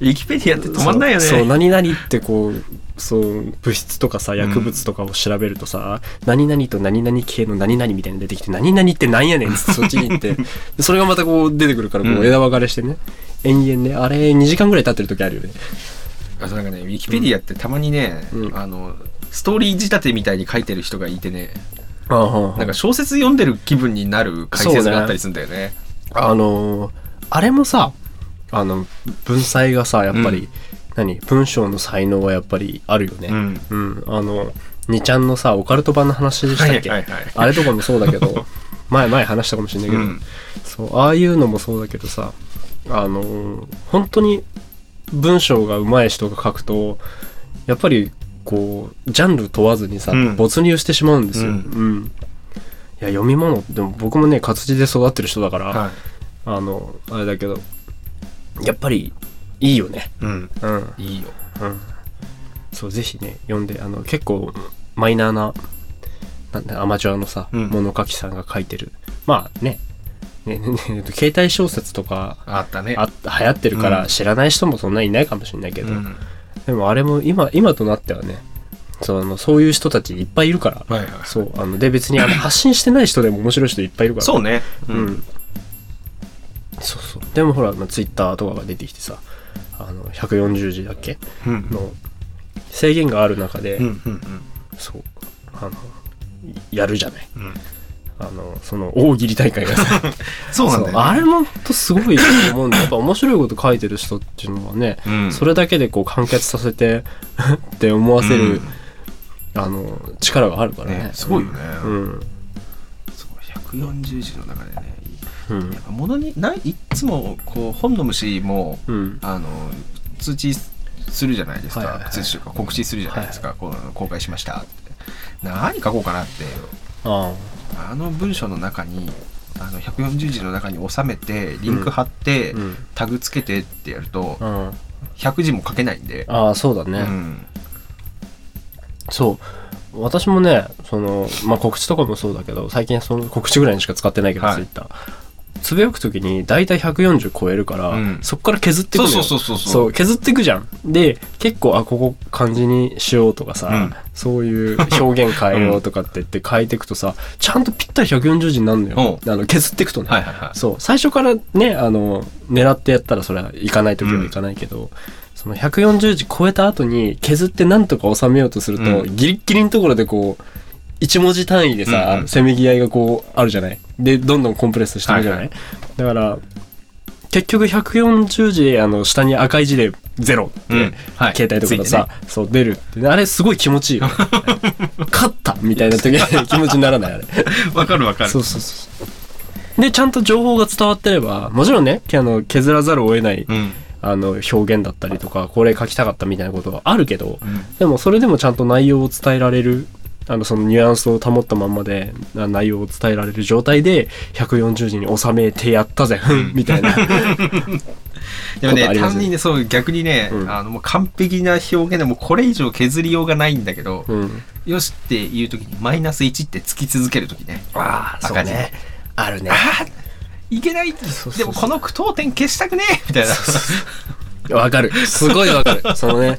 S3: ウィキペディアって止まんないよね。
S2: そうそう何々ってこうそう物質とかさ薬物とかを調べるとさ、何々と何々系の何々みたいなの出てきて何々ってなんやねんっつって
S3: <laughs>
S2: そっちに行ってでそれがまたこう出てくるからこ
S3: う
S2: うん枝分かれしてね、延々ねあれ2時間ぐらい経ってる時あるよね
S3: あそうなんかね、ウィキペディアってたまにね、
S2: うん
S3: あの、ストーリー仕立てみたいに書いてる人がいてね、
S2: ああ
S3: なんか小説読んでる気分になる解説があったりするんだよね。
S2: あのーあれもさあの文才がさやっぱり、
S3: う
S2: 何文章の才能はやっぱりあるよね、
S3: うん。
S2: うん、あの、2ちゃんのさ、オカルト版の話でしたっけ、
S3: はいはいはい
S2: あれとかもそうだけ
S3: <laughs>
S2: ど、前前話したかもしれないけど、
S3: うん
S2: そう、ああいうのもそうだけどさ、あのー本当に文章が上手い人が書くと、やっぱり、こう、ジャンル問わずにさ、
S3: うん
S2: 没入してしまうんですよ。う
S3: う
S2: んん。いや、読み物、でも僕もね、活字で育ってる人だから、
S3: はい。
S2: あの、あれだけど、やっぱり、いいよね。
S3: うん。
S2: うん。
S3: いいよ。
S2: うん、そうぜひね読んであの結構マイナーななんだアマチュアのさ、
S3: うん
S2: 物書きさんが書いてるまあねねねねえっと携帯小説とか
S3: あったね。
S2: あ流行ってるか
S3: うん
S2: ら知らない人もそんなにいないかもしれないけ
S3: う
S2: ど、
S3: ん。
S2: でもあれも今今となってはねそのそういう人たちいっぱいいるから、
S3: はいはい。
S2: そうあので別にあの発信してない人でも面白い人いっぱいいるから
S3: そうね。
S2: うん、。そうそうでもほら、まあ、ツイッターとかが出てきてさあの140字だっけ
S3: うん。
S2: の制限がある中で、
S3: うん。うん。うん。
S2: そうあのやるじゃない
S3: うん
S2: あのその大喜利大会がさ
S3: <laughs> そうなんだ
S2: そう
S3: よ、
S2: あ
S3: ね。
S2: れもほんとすごいと思うんだやっぱ面白いこと書いてる人っていうのはね、
S3: うん
S2: それだけでこう完結させて <laughs> って思わせる、あの力があるからね
S3: ね、すごいよね。
S2: うん、
S3: そう140字の中でね、
S2: うん
S3: やっぱ物にない、いっつもこう本の虫も、
S2: うん
S3: あの通知するじゃないですか、
S2: はいはいはい
S3: 通知というか告知するじゃないですか、こう公開しましたって。何書こうかなって
S2: あ
S3: あの文章の中にあの140字の中に収めてリンク貼って、
S2: うん
S3: タグつけてってやると
S2: あ。
S3: 100字も書けないんで、
S2: ああ、そうだ
S3: う
S2: ね。
S3: ん、
S2: そう。私もね、その、まあ、告知とかもそうだけど、最近その告知ぐらいにしか使ってないけど、
S3: はい
S2: ツイッター。つぶやくときに大体140超えるから、
S3: うん
S2: そこから削っていく
S3: そう
S2: のよ
S3: そうそうそう
S2: そう削っていくじゃん。で、結構、あ、ここ漢字にしようとかさ、
S3: うん
S2: そういう表現変えようとかって言って変えていくとさ、ちゃんとぴったり140字になるの
S3: <laughs>
S2: よ。あの削っていくとね。
S3: はいはいはい
S2: <laughs> そう、最初からね、あの、狙ってやったらそれはいかないときはいかないけど、その140字超えた後に削ってなんとか収めようとすると、
S3: う
S2: ギリッギリのところでこう、1文字単位でさ、
S3: うんうん
S2: せめぎ合いがこう、あるじゃないで、どんどんコンプレスしてるじゃない、
S3: はい
S2: だから、結局140字、あの、下に赤い字で0って、
S3: うんはい
S2: 携帯とかでさ、そう出るってね、あれすごい気持ちいい
S3: <laughs>
S2: よね。勝ったみたいな時は気持ちにならない、あれ。
S3: ついてねわかるわかる
S2: そうそうそう。で、ちゃんと情報が伝わってれば、もちろんね、あの削らざるを得ない、
S3: うん
S2: あの表現だったりとか、これ書きたかったみたいなことはあるけど、
S3: うん
S2: でもそれでもちゃんと内容を伝えられる、あのそのニュアンスを保ったまんまで、あ内容を伝えられる状態で、140字に収めてやったぜ、ふんみたい
S3: <laughs>
S2: な。
S3: でもね
S2: ことあります
S3: 単にねそう逆にね、
S2: うん
S3: あのもう完璧な表現でもうこれ以上削りようがないんだけど、
S2: うん。
S3: よしっていう時にマイナス1ってつき続ける時ね
S2: あ
S3: あそうね。
S2: あるね。
S3: あーいけない
S2: そうそう
S3: でもこの句読点消したくねえみたいな
S2: わかる。すごいわか <laughs> る。そのね、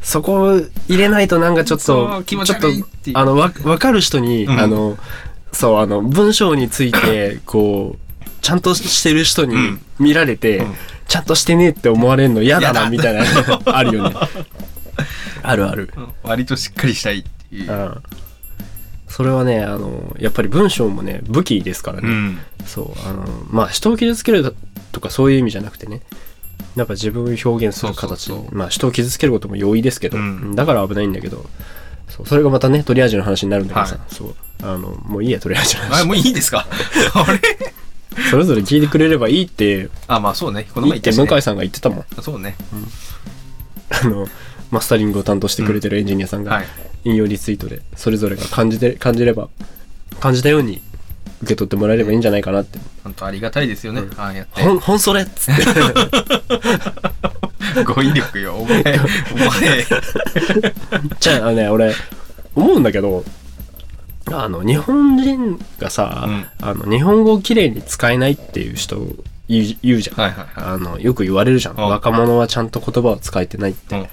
S2: そこを入れないとなんかちょっ
S3: そ
S2: と、
S3: う気持ち悪いっていう
S2: ちょっとあの、わ、わかる人に、
S3: うん
S2: あの、そう、あの、文章につい <coughs> て、こう、ちゃんとしてる人に
S3: うん
S2: 見られて、
S3: うん
S2: ちゃんとしてねえって思われるの嫌だ
S3: 嫌だ
S2: な、みたいな、 <laughs> あるよね。あるある。
S3: <laughs> 割としっかりしたいっていうう、
S2: ん。それはね、あの、やっぱり文章もね、武器ですからね。
S3: うん、
S2: そうあのまあ人を傷つけるとかそういう意味じゃなくてねなんか自分を表現する形
S3: そうそうそ
S2: まあ人を傷つけることも容易ですけど、
S3: うん
S2: だから危ないんだけどそうそれがまたねトリアージュの話になるんだけどさ、
S3: は
S2: そうあのもういいやトリアージュの
S3: あ
S2: 話
S3: もうい
S2: <laughs>
S3: いですかあれ
S2: それぞれ聞いてくれればいいって
S3: あまあそうねこの
S2: いいっ
S3: 前言った
S2: て
S3: しね
S2: 向井さんが言ってたもん
S3: そうね
S2: あのマスタリングを担当してくれてるエンジニアさん
S3: は
S2: が
S3: い
S2: 引用リツイートでそれぞれが感じて感じれば感じたように受け取ってもらえればいいんじゃないかなって
S3: 本当ありがたいですよね、ああやって
S2: 本本それっつって
S3: 語彙力よお
S2: <laughs>
S3: 前お前
S2: じゃあね俺思うんだけどあの日本人がさ、
S3: う
S2: あの日本語をきれいに使えないっていう人言う言うじゃん、
S3: はいはいは
S2: あのよく言われるじゃん、
S3: うん
S2: 若者はちゃんと言葉を使えてないって、
S3: うん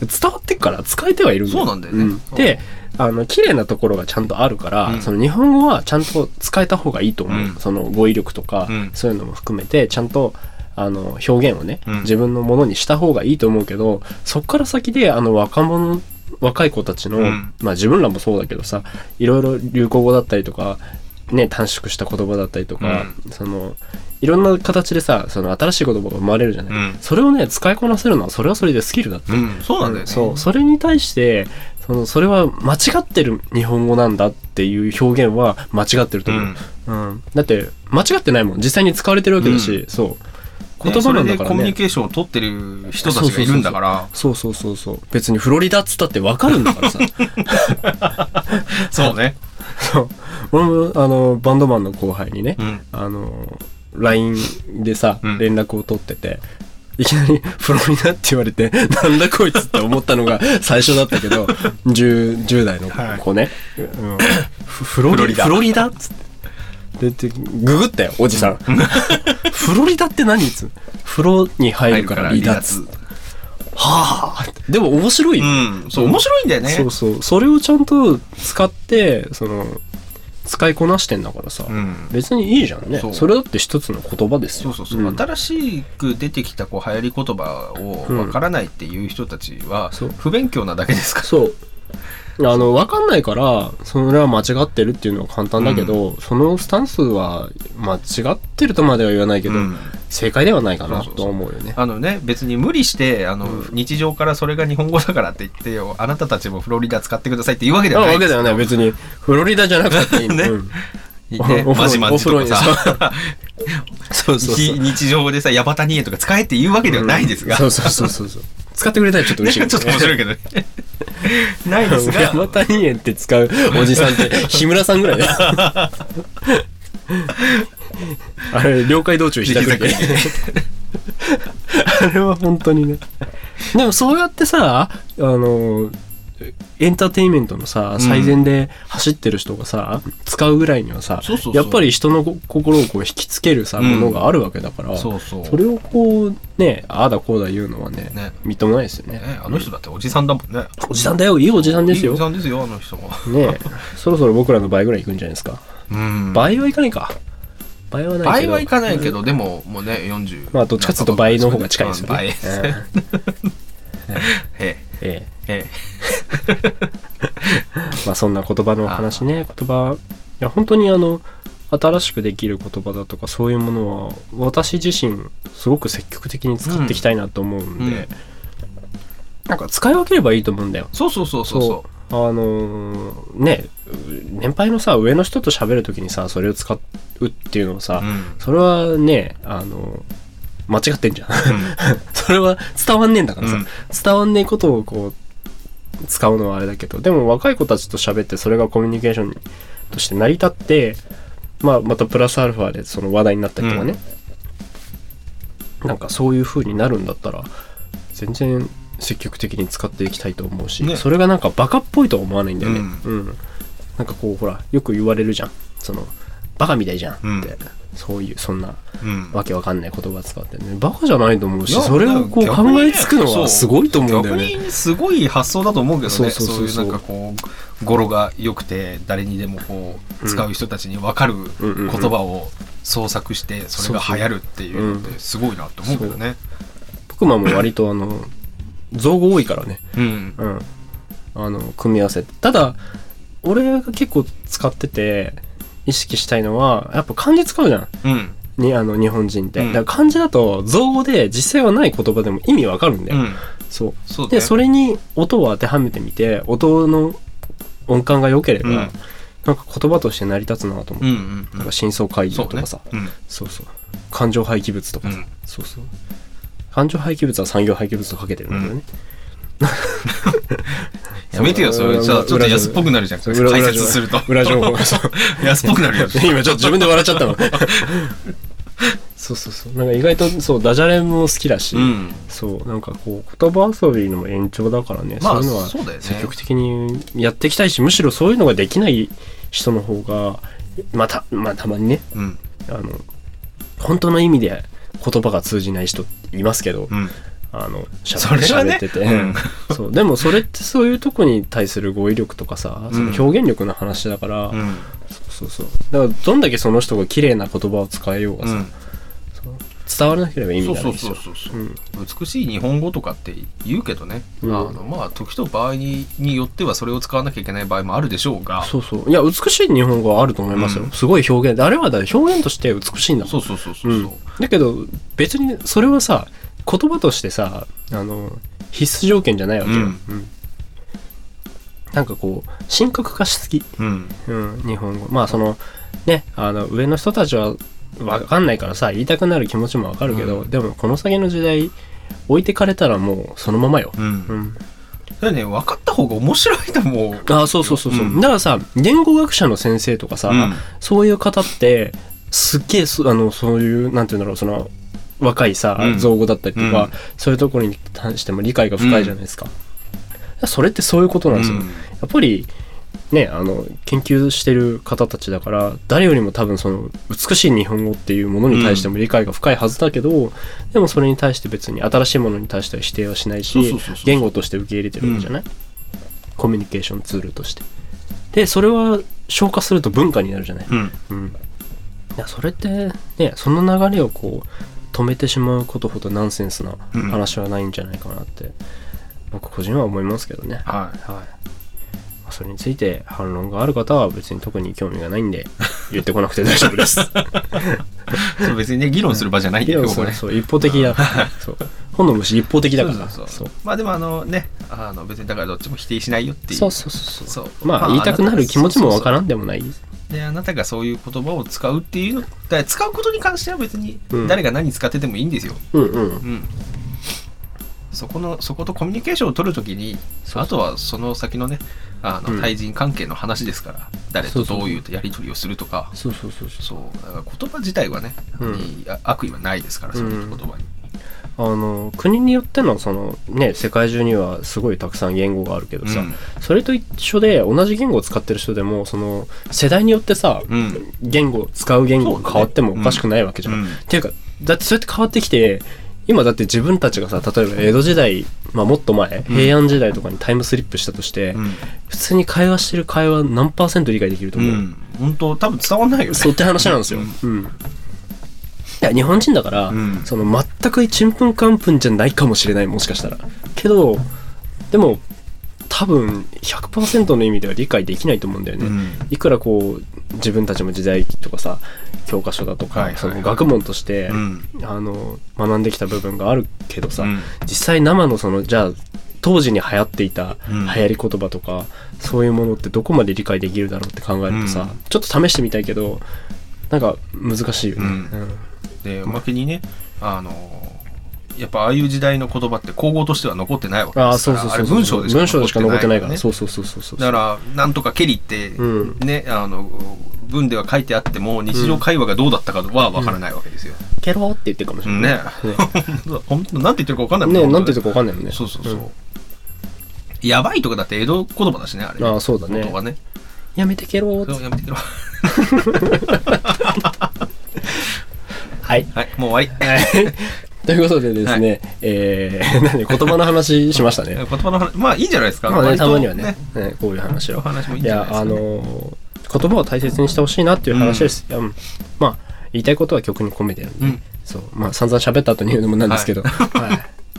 S2: 伝わってっから使えてはいるんだよ
S3: そうなんだよねうん
S2: であの綺麗なところがちゃんとあるから、
S3: うん
S2: その日本語はちゃんと使えた方がいいと思う、
S3: うん
S2: その語彙力とか、
S3: うん
S2: そういうのも含めてちゃんとあの表現をね、
S3: うん
S2: 自分のものにした方がいいと思うけどそっから先であの若者若い子たちの、
S3: うん
S2: まあ自分らもそうだけどさいろいろ流行語だったりとか、ね、短縮した言葉だったりとか、そのいろんな形でさその新しい言葉が生まれるじゃない、
S3: うん
S2: それをね使いこなせるのはそれはそれでスキルだって
S3: い、うん、そうなんだよね、
S2: そうそれに対してそのそれは間違ってる日本語なんだっていう表現は間違ってると思う、うんだって間違ってないもん実際に使われてるわけだし、そう言葉なんだ
S3: ねそれ
S2: か
S3: で
S2: ら
S3: コミュ
S2: ね
S3: ニケーションを取ってる人たちがいるんだから
S2: そうそうそうそう別にフロリダっつったってわかるんだから
S3: <laughs>
S2: さ
S3: そうね、
S2: そう俺もあのバンドマンの後輩にね、
S3: うん、
S2: あの LINE でさ
S3: うん
S2: 連絡を取ってて、いきなり <laughs> 「フロリダ」って言われて <laughs> 「なんだこいつ」って思ったのが最初だったけど 10, 10代の子ね「うんフフロ
S3: フロ
S2: リ
S3: リ
S2: ダ」
S3: ダ
S2: フロリダっつってででググったよおじさん「フロリダって何?」っつう風呂に入るから離脱はあでも面白いよ、
S3: うんそう面白いんだよね
S2: そうそうそれをちゃんと使ってその使いこなしてんだからさ、
S3: うん
S2: 別にいいじゃんね
S3: そう
S2: それだって一つの言葉です
S3: そ
S2: よ
S3: うそうそう、
S2: ん
S3: 新しく出てきたこう流行り言葉をわからないっていう人たちは
S2: そう
S3: 不勉強なだけですから、
S2: そうあの分かんないからそれは間違ってるっていうのは簡単だけど、そのスタンスは間違ってるとまでは言わないけど、
S3: うん
S2: 正解ではないかな
S3: そうそう
S2: と
S3: そ
S2: は
S3: う
S2: 思うよね
S3: あのね別に無理してあの、日常からそれが日本語だからって言ってよあなたたちもフロリダ使ってくださいって言うわけで
S2: あ
S3: はない
S2: わけだよね別にフロリダじゃなくていい
S3: <laughs> ね
S2: うん
S3: ね
S2: お風呂
S3: マジマジとか
S2: お
S3: さ
S2: そうそうそう
S3: 日日常でさヤバタニエと <laughs> か使えって言うわけではないですが、 <laughs>
S2: そうそうそうそうそう使ってくれたらちょっと嬉しい、
S3: ねちょっと面白いけどねないですが
S2: 山谷園って使うおじさんって日村さんぐ
S3: <laughs>
S2: らいだよあれ了解道中ひざくりであれは本当にねでもそうやってさあのエンターテインメントのさ最善で走ってる人がさ、使うぐらいにはさ
S3: そうそうそ
S2: や
S3: う
S2: っぱり人のこ心をこう引きつけるさ、
S3: うん
S2: ものがあるわけだから
S3: そうそう
S2: それをこうねああだこうだ言うのはね
S3: ね
S2: みっともないですよね
S3: ねあの人だっておじさんだもんね
S2: おじさんだよいいおじさんです
S3: いいお
S2: よ
S3: じさんですよあの人も
S2: ねえそろそろ僕らの倍ぐらいいくんじゃないですか、
S3: うん
S2: 倍はいかないか倍はないけど
S3: 倍はいかないけど、でももうね40
S2: まあどっちかっていうと倍の方が近いですよね
S3: 倍
S2: え
S3: ですね <laughs> え
S2: <laughs> えええ
S3: ええ
S2: まあそんな言葉のお話ね言葉いや本当にあの新しくできる言葉だとかそういうものは私自身すごく積極的に使っていきたいなと思うんで、
S3: うんうん
S2: なんか使い分ければいいと思うんだよ
S3: そうそうそうそうそ
S2: あのーね年配のさ上の人と喋るときにさそれを使うっていうのはさ、
S3: ううん
S2: それはねあの間違ってん <laughs> じゃん
S3: うん
S2: それは伝わんねえんだからさ、
S3: うん
S2: 伝わんねえことをこう使うのはあれだけどでも若い子たちと喋ってそれがコミュニケーションとして成り立って、まあ、またプラスアルファでその話題になったりとかね、なんかそういう風になるんだったら全然積極的に使っていきたいと思うし、
S3: ね
S2: それがなんかバカっぽいとは思わないんだよね、
S3: う
S2: うんなんかこうほらよく言われるじゃんそのバカみたいじゃんって、
S3: うん
S2: そういうそんな
S3: うん
S2: <laughs> わけわかんない言葉使ってねバカじゃないと思うし
S3: な
S2: それをこう
S3: な
S2: 考
S3: 逆に
S2: えつくの
S3: そ
S2: は
S3: う
S2: すごいと思うんだよね
S3: 逆にすごい発想だと思うけど
S2: そ
S3: ねそうう
S2: そうそうそう
S3: いうなんかこう語呂が良くて誰にでもこう使う人たちに分かる
S2: うんうん
S3: 言葉を創作してそれが流行るっていうのってすごいなと思うけどね。
S2: 僕マも割とあの造語多いからね
S3: うん
S2: うんあの組み合わせただ俺が結構使ってて意識したいのはやっぱ漢字使うじゃん
S3: うん
S2: にあの日本人って、
S3: うん
S2: だから漢字だと造語で実際はない言葉でも意味わかるんだ
S3: う
S2: よ、
S3: ん
S2: そう
S3: そうだ
S2: で
S3: ね
S2: それに音を当てはめてみて音の音感が良ければ、
S3: うん
S2: なんか言葉として成り立つなと思って
S3: うんうん
S2: なん
S3: う
S2: か
S3: ん
S2: 真相解
S3: そ
S2: 剖
S3: う
S2: と
S3: ね
S2: かさ、
S3: うん
S2: そうそう感情廃棄物とかさ、
S3: うん
S2: そうそう感情廃棄物は産業廃棄物とかけてるんだよね、
S3: やめてよそれ
S2: 裏
S3: じゃあちょっと安っぽくなるじゃん
S2: そう裏
S3: 解説すると
S2: 裏情報そう
S3: 安っぽくなるよ
S2: <laughs> 今ちょっと自分で笑っちゃった
S3: <laughs>
S2: のそうそうそうなんか意外とそうダジャレも好きだし、
S3: うん
S2: そうなんかこう言葉遊びの延長だからね、
S3: まあ
S2: そういうのは
S3: そうだよね
S2: 積極的にやっていきたいしむしろそういうのができない人の方がまたまあたまにね
S3: うん
S2: あの本当の意味で言葉が通じない人っていますけど、
S3: うん
S2: あのしゃ
S3: それはね
S2: 喋ってて、
S3: うん
S2: そうでもそれってそういうとこに対する語彙力とかさ、
S3: うん
S2: その表現力の話だから、
S3: うん
S2: そうそうだからどんだけその人が綺麗な言葉を使えようが
S3: う
S2: さ、
S3: ん
S2: 伝わらなければ意味
S3: そう
S2: が
S3: そ
S2: な
S3: う
S2: いし
S3: そうそうそううん美しい日本語とかって言うけどね、
S2: うん
S3: あのまあ時と場合にによってはそれを使わなきゃいけない場合もあるでしょうがそ
S2: そうそういや美しい日本語はあると思いますよ、
S3: うん
S2: すごい表現あれはだって表現として美しいんだもん
S3: うそうそうそうう、
S2: ん、だけど別にそれはさ言葉としてさあの必須条件じゃないわけよ、
S3: うん
S2: うんなんかこう神格化しすぎ、
S3: うん
S2: うん、日本語まあそのねあの上の人たちは分かんないからさ言いたくなる気持ちも分かるけど、
S3: う
S2: でもこの先の時代置いてかれたらもうそのままよ、
S3: うん
S2: う
S3: だ
S2: ん、
S3: からね分かった方が面白いと思う
S2: ああそうそうそうそう、
S3: うん
S2: だからさ言語学者の先生とかさ、
S3: うん
S2: そういう方ってすっげえそあのそういうなんていうんだろうその若いさ、
S3: うん
S2: 造語だったりとか、
S3: うん
S2: そういうところに対しても理解が深いじゃないですか、それってそういうことなんですよ、
S3: う
S2: や
S3: ん
S2: っぱりねあの研究してる方たちだから誰よりも多分その美しい日本語っていうものに対しても理解が深いはずだけど、でもそれに対して別に新しいものに対しては否定はしない
S3: そうそ
S2: し
S3: うそうそう
S2: 言語として受け入れてるわけじゃない、コミュニケーションツールとしてでそれは消化すると文化になるじゃない
S3: うん
S2: うん、いやそれってねその流れをこう止めてしまうことほどナンセンスな
S3: うん
S2: 話はないんじゃないかなって、僕個人は思いますけどね、
S3: はい
S2: はいまあそれについて反論がある方は別に特に興味がないん <laughs> で言ってこなくて大丈夫 <laughs> です
S3: そう別にね議論する場じゃないんだよこ
S2: そう
S3: れ
S2: そう一方的だからそう本の虫一方的だから
S3: そう
S2: そ
S3: そううそうまあでもあのねあの別にだからどっちも否定しないよっていう
S2: そうそうそうそう
S3: そう
S2: まあ言いたくなる気持ちもわから
S3: ん
S2: んでもない
S3: であなたがそういう言葉を使うっていうのだから使うことに関しては別に
S2: うん
S3: 誰が何使っててもいいんですよ、
S2: うんうん
S3: うん、そこのそことコミュニケーションを取るときに
S2: そう
S3: あとはその先のねあの、
S2: うん
S3: 対人関係の話ですから誰
S2: そ
S3: と
S2: うそう
S3: どういうやり取りをするとか
S2: そうそうそうそう
S3: そうだから言葉自体はね、
S2: うん
S3: いいあ悪意はないですからそういう言葉に、
S2: あの国によってのそのね世界中にはすごいたくさん言語があるけどさ、それと一緒で同じ言語を使ってる人でもその世代によってさ、
S3: うん
S2: 言語使う言語が変わっても
S3: そうだね
S2: おかしくないわけじゃん。
S3: うん
S2: っていうかだってそうやって変わってきて今だって自分たちがさ例えば江戸時代、まあ、もっと前
S3: うん
S2: 平安時代とかにタイムスリップしたとして、
S3: うん
S2: 普通に会話してる会話何パーセント理解できると
S3: う
S2: 思う、
S3: ん、本当多分伝わんないよね
S2: そうって話なんですよ。うんいや日本人だから、
S3: うん
S2: その全くちんぷんかんぷんじゃないかもしれないもしかしたらけどでも多分100%の意味では理解できないと思うんだよね、
S3: うん
S2: いくらこう自分たちも時代劇とかさ教科書だとか、
S3: はいはい
S2: その学問として、
S3: うん
S2: あの学んできた部分があるけどさ、
S3: うん
S2: 実際生のそのじゃあ当時に流行っていた
S3: う
S2: 流
S3: ん
S2: 行り言葉とか、そういうものってどこまで理解できるだろうって考えるとさ、
S3: うん
S2: ちょっと試してみたいけどなんか難しいよね。
S3: うんでおまけにねあのやっぱああいう時代の言葉って口語としては残ってないわけ
S2: ああ
S3: です
S2: そ
S3: か
S2: う
S3: ら
S2: そうそ
S3: あれ
S2: う
S3: 文章でしか
S2: 文章でしか残ってないから、
S3: ね
S2: そうそうそうそうそう
S3: だからなんとかケリって、
S2: うん
S3: ねあの文では書いてあっても日常会話がどうだったかは分からないわけですよ、
S2: ケローって言ってるかもしれない
S3: ね <laughs> 本当なんて言ってるか分かんないもん
S2: ね
S3: 本当
S2: なんて言ってるかわかんないもんね
S3: そうそうそう、やばいとかだって江戸言葉だしねあれね
S2: ああそうだね
S3: 元はね
S2: やめてケローって
S3: それをやめてくれ <laughs> は
S2: はい
S3: いもう終わり
S2: ということでですね、えー、なんで言葉の話しましたね
S3: 言葉の話まあいいんじゃないですか
S2: まあね、
S3: 割と
S2: たまにはねねこういう話
S3: お
S2: を。
S3: 話もいいんじゃないですかね
S2: や、あのー言葉を大切にしてほしいなっていう話です。いやうんまあ、言いたいことは曲に込めてるんで、
S3: うん
S2: そう、まあ、散々喋った後に言うのもなんですけど、 <laughs> はい。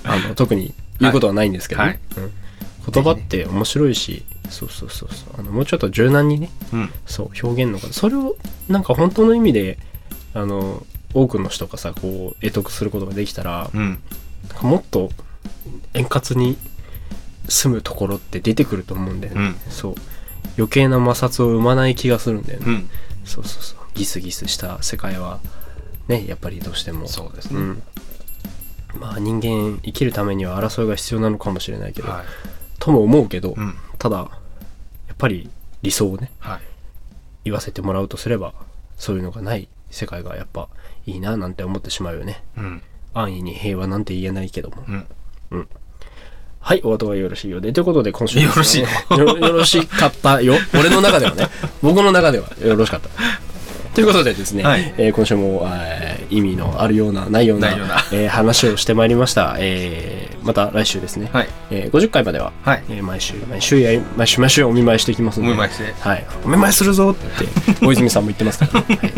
S2: あの、特に言うことはないんですけどね、
S3: はい
S2: うん言葉って面白いし、そうそうそうそうあの、もうちょっと柔軟にね、
S3: うん
S2: そう、表現のそれを、なんか本当の意味で、あの、多くの人がさ、こう、得得することができたら、
S3: うん
S2: もっと円滑に住むところって出てくると思うんだよね、
S3: う
S2: そう余計な摩擦を生まない気がするんだよね、
S3: うん
S2: そうそうそうギスギスした世界はねやっぱりどうしても
S3: そうです
S2: う
S3: ね、
S2: んまあ人間生きるためには争いが必要なのかもしれないけど、
S3: はい
S2: とも思うけど、
S3: うん
S2: ただやっぱり理想をね
S3: はい
S2: 言わせてもらうとすればそういうのがない世界がやっぱいいななんて思ってしまうよね
S3: うん
S2: 安易に平和なんて言えないけども
S3: うん
S2: はい、お後がよろしいようで。ということで、今週
S3: よろし
S2: い
S3: い
S2: <laughs> よよろしかったよ。俺の中で
S3: <laughs>
S2: はね。僕の中ではよろしかった。ということでですね、
S3: はい
S2: えー今週も、えー意味のあるような、ないような
S3: ないような
S2: えー話をしてまいりました。えーまた来週ですね、
S3: はい
S2: えー50回までは、
S3: はい
S2: えー毎週、毎週や、毎週、毎週お見舞いしていきますので、
S3: お見舞いして
S2: はい、お見舞いするぞ
S3: <laughs>
S2: って、大泉さんも言ってますからね。はい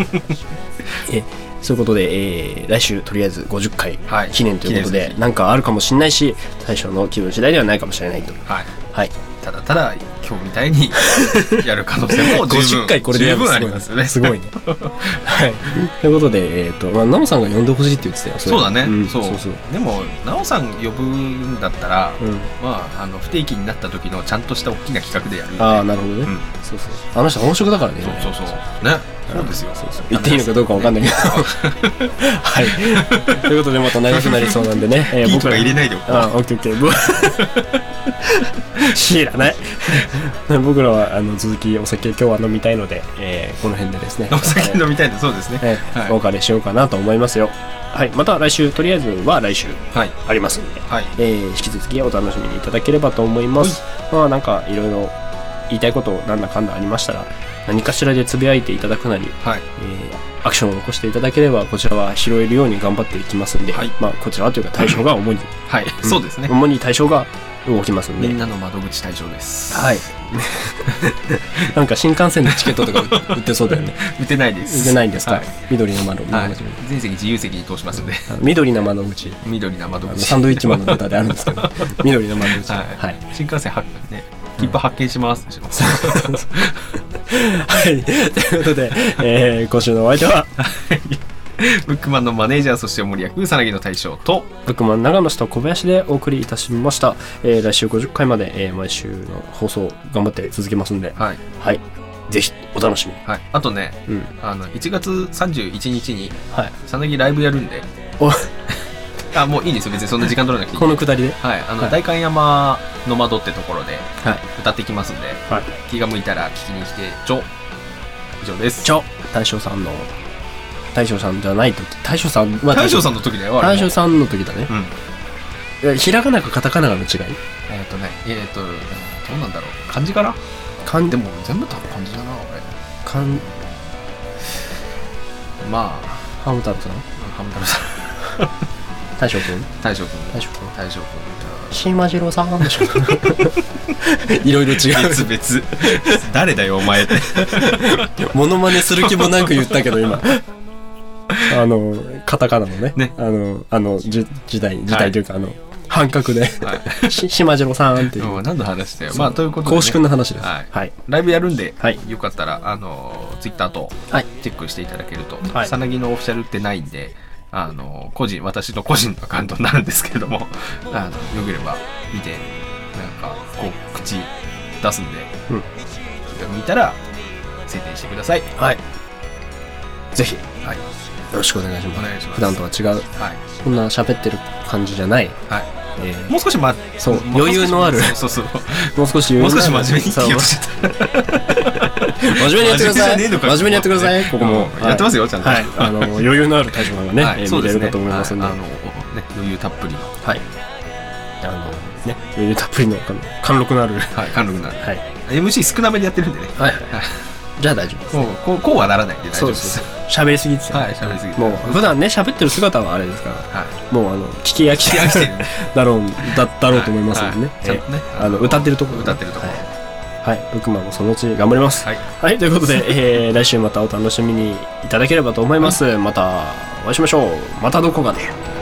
S2: えーそういうことで、えー来週とりあえず50回
S3: はい
S2: 記念ということ
S3: 記念
S2: で、
S3: すべき
S2: なんかあるかもしれないし、対象の気分次第ではないかもしれないと。
S3: はい
S2: はい。
S3: ただただ今日みたい
S2: <laughs>
S3: にやる可能性も十分
S2: 50回これでや
S3: 十
S2: るの
S3: 分ありますよね
S2: すごいね。すごいね <laughs> はい。ということで、えっ、と、まあ、ナムさんが呼んでほしいって言ってたよ。れ
S3: そうだね、
S2: ん
S3: そう
S2: そうそう。
S3: でも奈緒さん呼ぶんだったら、
S2: うん
S3: まああの不定期になった時のちゃんとした大きな企画でやる、ね、
S2: ああ、なるほどね、
S3: うん
S2: そうそう。あの人本職だからね。
S3: そうそうそうねそうですよ
S2: そうそう言っていいのかどうかわかんないけど。はい。ということで、また長くなりそうなんでね。え
S3: <laughs> ピーとか入れないでおこう
S2: あ、オッケーオッケーぼ。 <laughs> 知ら
S3: <laughs>
S2: ない。僕らは、あの、続きお酒今日は飲みたいので、えーこの辺でですね。
S3: お酒飲みたいんでそうですね
S2: えー
S3: はい
S2: お別れしようかなと思いますよ。はい。また来週、とりあえずは来週
S3: はい
S2: ありますんで、
S3: はい
S2: えー引き続きお楽しみにいただければと思います。まあ、なんか、いろいろ言いたいことなんだかんだありましたら、何かしらでつぶやいていただくなり、
S3: はい
S2: えーアクションを起こしていただければこちらは拾えるように頑張っていきますんで、
S3: はい
S2: まあ、こちらはというか対象が主 <laughs> に、
S3: はい、
S2: ん
S3: そうですね
S2: 主に対象が動きますんで
S3: みんなの窓口対象です
S2: はい <laughs> なんか新幹線のチケットとか売って売ってそうだよね
S3: 打てないです
S2: 売ってないんですか、
S3: はい
S2: 緑の窓口、
S3: はい全席自由席に通しますんで
S2: あの緑の窓口
S3: 緑の窓
S2: あの
S3: 口
S2: サンドイッチマンのネタであるんです <laughs> けど緑の窓口
S3: は、
S2: はいい、はい
S3: 新幹線発ね切符発見します、
S2: という <laughs> ことで、えー今週のお相手は
S3: ブックマンのマネージャーそしてお守り役さなぎの大将と
S2: ブックマン長野市と小林でお送りいたしました、えー来週50回まで、えー毎週の放送頑張って続けますんで
S3: はい、
S2: はい。ぜひ、お楽しみに。
S3: はい、あとね
S2: うん。
S3: あの1月31日に
S2: はい。
S3: さなぎライブやるんで
S2: お
S3: <laughs> あ、もういいですよ。別にそんな時間取らなくていい。
S2: このくだりで。
S3: はい。あの、
S2: はい
S3: 代官山の窓ってところで
S2: はい。
S3: 歌ってきますんで、
S2: はい。
S3: 気が向いたら聞きに来て、ちょ。以上です。
S2: ちょ大将さんの、大将さんじゃないとき、大将さんは
S3: 大将さ
S2: ん
S3: んの時だよ、あれ
S2: 大
S3: も
S2: 将さんの時だね。
S3: うん。
S2: いやひらがなかカタカナかの違い
S3: えっとね、えっと、どうなんだろう。漢字かな
S2: かん
S3: でも、全部多分漢字だな、俺。
S2: かん、
S3: ま
S2: ハム太郎さん
S3: あ、ハム太郎さん。
S2: 大将くん
S3: 大将君。
S2: 大将くん
S3: 大将君。
S2: 新まじろうさんでしょいろいろ違う。
S3: 別々。
S2: <laughs>
S3: 誰だよ、お前って。 <laughs>
S2: モノマネする気もなく言ったけど、今。あの、カタカナのね。
S3: ね
S2: あの、あの、じ時代、時代というか、あの、半角で、
S3: は
S2: <laughs>
S3: い。
S2: し島次郎さんっていう。
S3: うん何の話だよ。まあ、ということで、ね。
S2: 公式の話です。
S3: はい
S2: はい。
S3: ライブやるんで、
S2: はい
S3: よかったら、あのツイッター Twitter と
S2: はい
S3: チェックしていただけると、
S2: はい
S3: さなぎのオフィシャルってないんで、あの個人、私の個人のアカウントになるんですけれども、 <laughs> あのよければ見て、なんか、こう、口出すんで、
S2: うん
S3: 見たら、宣伝してください。
S2: はい。ぜひ、よ
S3: はい。
S2: ろしくお願いします。
S3: お願いします
S2: 普段とは違う、
S3: はい。
S2: こんな喋ってる感じじゃない。
S3: はい。
S2: えー
S3: もう少し、ま、
S2: そう
S3: も
S2: 余裕のある
S3: そうそうそう。
S2: もう少し
S3: もう
S2: 余裕
S3: 少
S2: の
S3: し
S2: ある
S3: 真面目に言ってようと
S2: そ
S3: してた。
S2: う <laughs> 真面目にやってください。
S3: 真面目じゃねえのか
S2: 真面目にやってください。ここも
S3: う。んやってますよちゃんと
S2: はい。あの、余裕のある大将さんがね、
S3: はい
S2: えー
S3: そう
S2: 見
S3: で
S2: れる
S3: すね
S2: かと思いますんで。
S3: はいあの、ね、余裕たっぷりの、
S2: はい。あの、ね、余裕たっぷりの貫貫禄のある。は
S3: はい、貫禄なる。
S2: い。
S3: MC 少なめでやってるんでね。
S2: はい。じゃあ大丈夫です。
S3: もうこうこうはならないんで大丈夫です。
S2: 喋りすぎですよね
S3: はい喋りすぎて
S2: もう、普段ね、喋ってる姿はあれですから、
S3: はい。
S2: もう、あの、聞き飽き
S3: 聞き飽きてる
S2: だろう、だ、だろうと思いますんでね
S3: はい。
S2: え
S3: ちゃんとね
S2: ーあの、歌ってるところね。
S3: 歌ってるところ
S2: はい。はい。僕ももうそのうち頑張ります。
S3: はい
S2: はい。ということで、えー来週またお楽しみにいただければと思います。また、お会いしましょう。またどこかで。